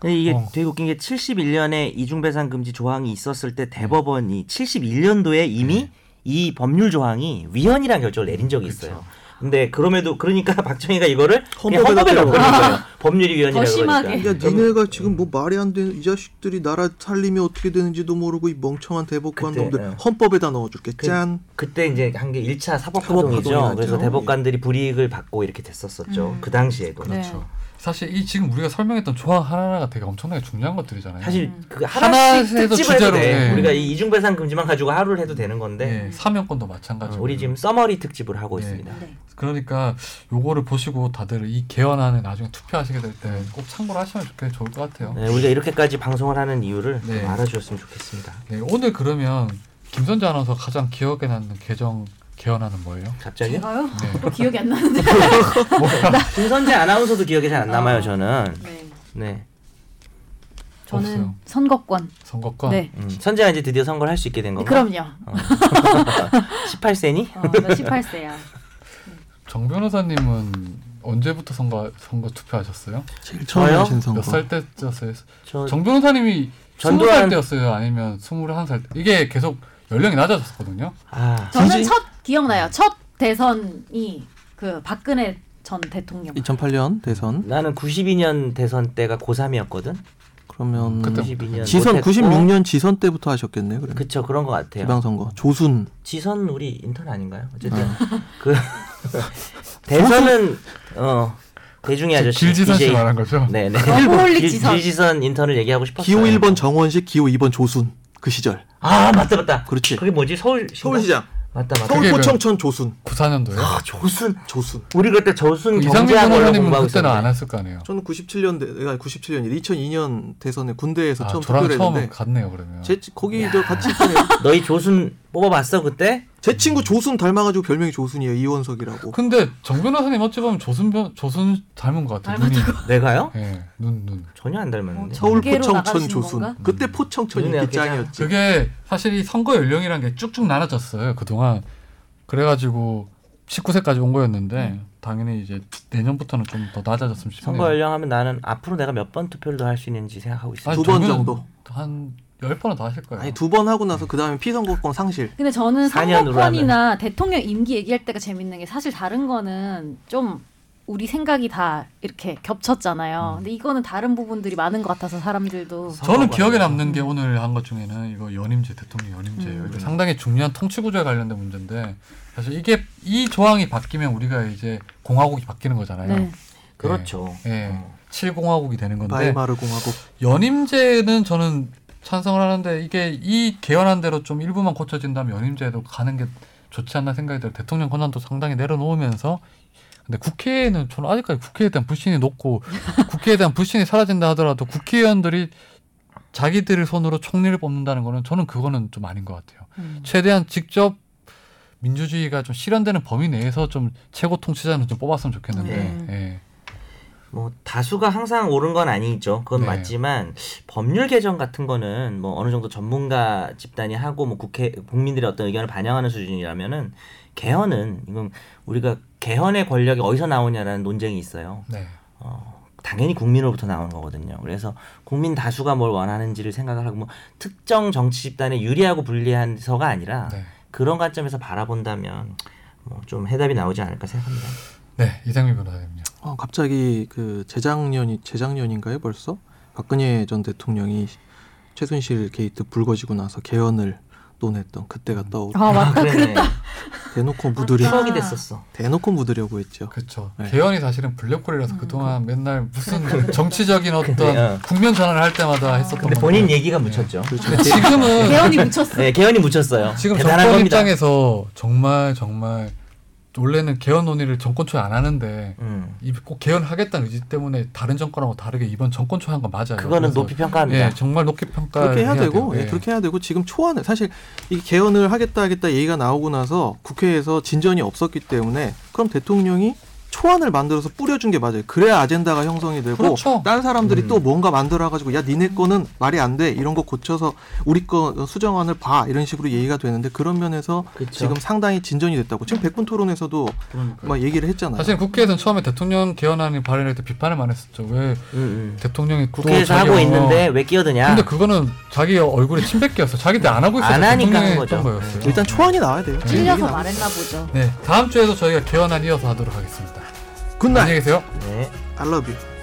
Speaker 2: 근데 이게
Speaker 1: 어.
Speaker 2: 되게 웃긴 게 71년에 이중배상 금지 조항이 있었을 때 대법원이 71년도에 이미 이 법률 조항이 위헌이라는 결정을 내린 적이 있어요. 근데 그럼에도 그러니까 박정희가 이거를 그냥
Speaker 4: 헌법에다
Speaker 2: 헌법에
Speaker 4: 때려
Speaker 2: 넣고 있는 거예요. 법률이 위헌이라고
Speaker 5: 더 심하게.
Speaker 2: 그러니까.
Speaker 4: 야, 니네가 지금 뭐 말이 안 되는 이 자식들이 나라 살림이 어떻게 되는지도 모르고 이 멍청한 대법관
Speaker 2: 그때,
Speaker 4: 놈들
Speaker 2: 예.
Speaker 4: 헌법에다 넣어줄게.
Speaker 2: 그-
Speaker 4: 짠.
Speaker 2: 그때 이제 한 게 1차
Speaker 4: 사법파동이죠.
Speaker 2: 사법파동이죠. 그래서
Speaker 4: 예.
Speaker 2: 대법관들이 불이익을 받고 이렇게 됐었었죠.
Speaker 5: 음.
Speaker 2: 그 당시에도.
Speaker 5: 네.
Speaker 1: 그렇죠. 사실 이 지금 우리가 설명했던 조항 하나하나가 되게 엄청나게 중요한 것들이잖아요.
Speaker 2: 사실
Speaker 5: 음.
Speaker 2: 그
Speaker 1: 하나씩
Speaker 2: 하나씩
Speaker 1: 해서
Speaker 2: 특집을 해도
Speaker 1: 주제로,
Speaker 2: 돼.
Speaker 1: 예.
Speaker 2: 우리가 이 이중배상 금지만 가지고 하루를 해도 되는 건데
Speaker 1: 예, 사면권도 마찬가지고.
Speaker 2: 네. 어, 우리 지금 써머리 특집을 하고
Speaker 1: 예.
Speaker 2: 있습니다.
Speaker 1: 그러니까 요거를 보시고 다들 이 개헌안을 나중에 투표하시게 될 때 꼭 참고를 하시면 좋게 좋을 것 같아요.
Speaker 2: 네, 우리가 이렇게까지 방송을 하는 이유를
Speaker 1: 네.
Speaker 2: 좀 알아주셨으면 좋겠습니다.
Speaker 1: 네, 오늘 그러면 김선재 아나운서 가장 기억에 남는 개정 개헌안은 뭐예요?
Speaker 2: 갑자기
Speaker 5: 제가요?
Speaker 1: 네.
Speaker 5: 또 기억이 안 나는데.
Speaker 2: 김선재 아나운서도 기억이 잘 안 남아요
Speaker 5: 어.
Speaker 2: 저는.
Speaker 5: 네.
Speaker 2: 네.
Speaker 5: 저는
Speaker 1: 없어요.
Speaker 5: 선거권.
Speaker 1: 선거권.
Speaker 5: 네.
Speaker 2: 음. 선재가 이제 드디어 선거를 할 수 있게 된 건가?
Speaker 5: 그럼요.
Speaker 2: 18세니?
Speaker 5: 어, 나 18세야.
Speaker 1: 정 변호사님은 언제부터 선거 선거 투표하셨어요?
Speaker 4: 제일 처음에
Speaker 2: 저요?
Speaker 4: 하신 선거.
Speaker 1: 몇 살 때였어요?
Speaker 2: 저
Speaker 1: 정 변호사님이 스무
Speaker 2: 전두환-
Speaker 1: 살 때였어요? 아니면 스물한 살 때? 이게 계속 연령이 낮아졌거든요.
Speaker 2: 아.
Speaker 5: 저는
Speaker 4: 진짜?
Speaker 5: 첫 기억나요. 첫 대선이 그 박근혜 전 대통령
Speaker 4: 2008년 대선
Speaker 2: 나는 92년 대선 때가 고3이었거든.
Speaker 4: 그러면
Speaker 1: 음, 그때
Speaker 2: 92년
Speaker 4: 지선
Speaker 2: 못했고.
Speaker 4: 96년 지선 때부터 하셨겠네요. 그러면
Speaker 2: 그쵸 그런 것 같아요.
Speaker 4: 지방선거 조순
Speaker 2: 지선 우리 인턴 아닌가요? 어쨌든 그 대선은 어 대중의 아저씨
Speaker 1: 길지선 씨
Speaker 2: DJ.
Speaker 1: 말한 거죠.
Speaker 2: 네네
Speaker 5: 워커홀릭
Speaker 2: 길-
Speaker 5: 지선.
Speaker 2: 그 길지선 인턴을 얘기하고 싶었어요.
Speaker 4: 기호 1번 정원식 기호 2번 조순 그 시절
Speaker 2: 아 맞다 맞다.
Speaker 4: 그렇지.
Speaker 2: 그게 뭐지 서울 맞다 맞다.
Speaker 1: 서울-
Speaker 4: 서울포청천 조순
Speaker 1: 94년도에
Speaker 2: 아 조순
Speaker 4: 아, 조순
Speaker 2: 우리 그때 조순
Speaker 1: 이상민
Speaker 2: 경제학 원래
Speaker 1: 변호사님은
Speaker 2: 공부하고
Speaker 1: 그때는 안
Speaker 2: 있었는데.
Speaker 1: 했을 거 아니에요.
Speaker 4: 저는 97년 대 내가 97년 2002년 대선에 군대에서
Speaker 1: 아,
Speaker 4: 처음
Speaker 1: 저랑 처음
Speaker 4: 투표했는데
Speaker 1: 갔네요 그러면.
Speaker 4: 제 치- 거기 저 같이 있던 애-
Speaker 2: 너희 조순 뽑아봤어 그때?
Speaker 4: 제 친구 조순 닮아가지고 별명이 조순이에요 이원석이라고
Speaker 1: 근데 정 변호사님 어찌 보면 조순 변 조순 닮은 것 같아요. 눈이.
Speaker 2: 내가요?
Speaker 1: 예, 눈 눈.
Speaker 2: 전혀 안 닮았는데.
Speaker 5: 어,
Speaker 4: 서울
Speaker 5: 공개로
Speaker 4: 포청천
Speaker 5: 나가신
Speaker 4: 조순
Speaker 5: 건가?
Speaker 4: 그때 포청천
Speaker 2: 눈에
Speaker 4: 인기
Speaker 2: 그냥-
Speaker 4: 짱이었지
Speaker 1: 그게 사실 이 선거 연령이란 게 쭉쭉 나눠졌어요 그동안. 그래가지고 19세까지 온 거였는데 당연히 이제 내년부터는 좀 더 낮아졌으면 싶네요.
Speaker 2: 선거 연령하면 나는 앞으로 내가 몇 번 투표를 더 할 수 있는지 생각하고 있어.
Speaker 1: 아니, 네.
Speaker 4: 두번
Speaker 1: 저는
Speaker 4: 정도.
Speaker 1: 한 열 번은 더 하실 거예요.
Speaker 4: 아니 두 번 하고 나서 그 다음에 피선거권 상실
Speaker 5: 근데 저는
Speaker 2: 4년으로
Speaker 5: 선거권이나 대통령 임기 얘기할 때가 재밌는 게 사실 다른 거는 좀 우리 생각이 다 이렇게 겹쳤잖아요. 근데 이거는 다른 부분들이 많은 것 같아서 사람들도
Speaker 1: 저는
Speaker 2: 선거가
Speaker 4: 음.
Speaker 1: 기억에
Speaker 2: 아니라.
Speaker 1: 남는 게 오늘 한 것 중에는 이거 연임제 대통령 연임제예요.
Speaker 5: 음.
Speaker 4: 네.
Speaker 1: 이게 상당히 중요한 통치 구조에 관련된 문제인데 사실 이게 이 조항이 바뀌면 우리가 이제 공화국이 바뀌는 거잖아요.
Speaker 5: 네.
Speaker 2: 그렇죠.
Speaker 1: 예.
Speaker 2: 어.
Speaker 1: 7공화국이 되는
Speaker 2: 네.
Speaker 1: 건데
Speaker 4: 바이마르 공화국
Speaker 1: 연임제는 저는 찬성을 하는데 이게 이 개헌안 대로 좀 일부만 고쳐진다면 연임제도 가는 게 좋지 않나 생각이 들어요. 대통령 권한도 상당히 내려놓으면서 근데 국회에는 저는 아직까지 국회에 대한 불신이 높고 국회에 대한 불신이 사라진다 하더라도 국회의원들이 자기들의 손으로 총리를 뽑는다는 거는 저는 그거는 좀 아닌 것 같아요.
Speaker 5: 음.
Speaker 1: 최대한 직접 민주주의가 좀 실현되는 범위 내에서 좀 최고 통치자는 좀 뽑았으면 좋겠는데
Speaker 5: 음.
Speaker 1: 예.
Speaker 2: 뭐 다수가 항상 옳은 건 아니죠. 그건
Speaker 1: 네.
Speaker 2: 맞지만 법률 개정 같은 거는 뭐 어느 정도 전문가 집단이 하고 뭐 국회 국민들의 어떤 의견을 반영하는 수준이라면은 개헌은 이건 우리가 개헌의 권력이 어디서 나오냐라는 논쟁이 있어요.
Speaker 1: 네.
Speaker 2: 어, 당연히 국민으로부터 나오는 거거든요. 그래서 국민 다수가 뭘 원하는지를 생각을 하고 뭐 특정 정치 집단에 유리하고 불리한서가 아니라
Speaker 1: 네.
Speaker 2: 그런 관점에서 바라본다면 뭐 좀 해답이 나오지 않을까 생각합니다.
Speaker 1: 네. 이상민 변호사님요.
Speaker 4: 어, 갑자기 그 재작년이 재작년인가요 벌써 박근혜 전 대통령이 최순실 게이트 불거지고 나서 개헌을 논했던 그때가 떠오르
Speaker 5: 아 맞다.
Speaker 2: 그랬다.
Speaker 4: 대놓고 무드려
Speaker 2: 추억이 됐었어.
Speaker 1: 아.
Speaker 4: 대놓고 묻으려고 했죠.
Speaker 1: 그렇죠.
Speaker 4: 네.
Speaker 1: 개헌이 사실은
Speaker 2: 음,
Speaker 1: 블랙홀이라서 그동안 맨날 무슨 정치적인
Speaker 2: 근데,
Speaker 1: 어떤
Speaker 2: 어.
Speaker 1: 국면 전환을 할 때마다 했었던
Speaker 2: 아, 근데
Speaker 1: 건데.
Speaker 2: 본인 얘기가 묻혔죠.
Speaker 1: 근데 지금은
Speaker 5: 개헌이 묻혔어.
Speaker 2: 네, 개헌이 묻혔어요.
Speaker 1: 그렇죠. 지금
Speaker 2: 대단한
Speaker 1: 정권
Speaker 2: 겁니다.
Speaker 1: 입장에서 정말 정말 원래는 개헌 논의를 정권 초에 안 하는데
Speaker 2: 음,
Speaker 1: 이- 꼭 개헌하겠다는 의지 때문에 다른 정권하고 다르게 이번 정권 초에 한 건 맞아요.
Speaker 2: 그거는
Speaker 1: 네, 그래서,
Speaker 2: 높이 평가합니다.
Speaker 1: 예, 정말 높게 평가
Speaker 4: 그렇게 해야 되고 예,
Speaker 1: 예.
Speaker 4: 그렇게 해야 되고 지금 초안에 사실 이 개헌을 하겠다 하겠다 얘기가 나오고 나서 국회에서 진전이 없었기 때문에 그럼 대통령이 초안을 만들어서 뿌려준 게 맞아요. 그래야 아젠다가 형성이 되고
Speaker 1: 그렇죠.
Speaker 4: 다른 사람들이
Speaker 2: 음.
Speaker 4: 또 뭔가 만들어가지고 야 니네 거는 말이 안 돼 이런 거 고쳐서 우리 거 수정안을 봐 이런 식으로 얘기가 되는데 그런 면에서
Speaker 2: 그쵸.
Speaker 1: 그렇죠.
Speaker 4: 지금 상당히 진전이 됐다고 지금 백분 토론에서도 막 얘기를 했잖아요.
Speaker 1: 사실 국회에서는 처음에 대통령 개헌안이 발의할 때 비판을 많이 했었죠. 왜
Speaker 2: 음, 음.
Speaker 1: 대통령이 또
Speaker 2: 국회에서
Speaker 1: 자기
Speaker 2: 하고
Speaker 1: 어-
Speaker 2: 있는데 왜 끼어드냐?
Speaker 1: 근데 그거는 자기 얼굴에 침뱉기였어. 자기 때 안 하고 있어.
Speaker 2: 안 하니까 한 거죠. 그
Speaker 1: 거였어요.
Speaker 4: 일단 초안이 나와야 돼요. 지금 얘기
Speaker 5: 찔려서
Speaker 4: 나와.
Speaker 5: 말했나 보죠.
Speaker 1: 네, 다음 주에도 저희가 개헌안 이어서 하도록 하겠습니다.
Speaker 4: 굿나잇.
Speaker 1: 안녕히 계세요.
Speaker 2: 네.
Speaker 4: I love you.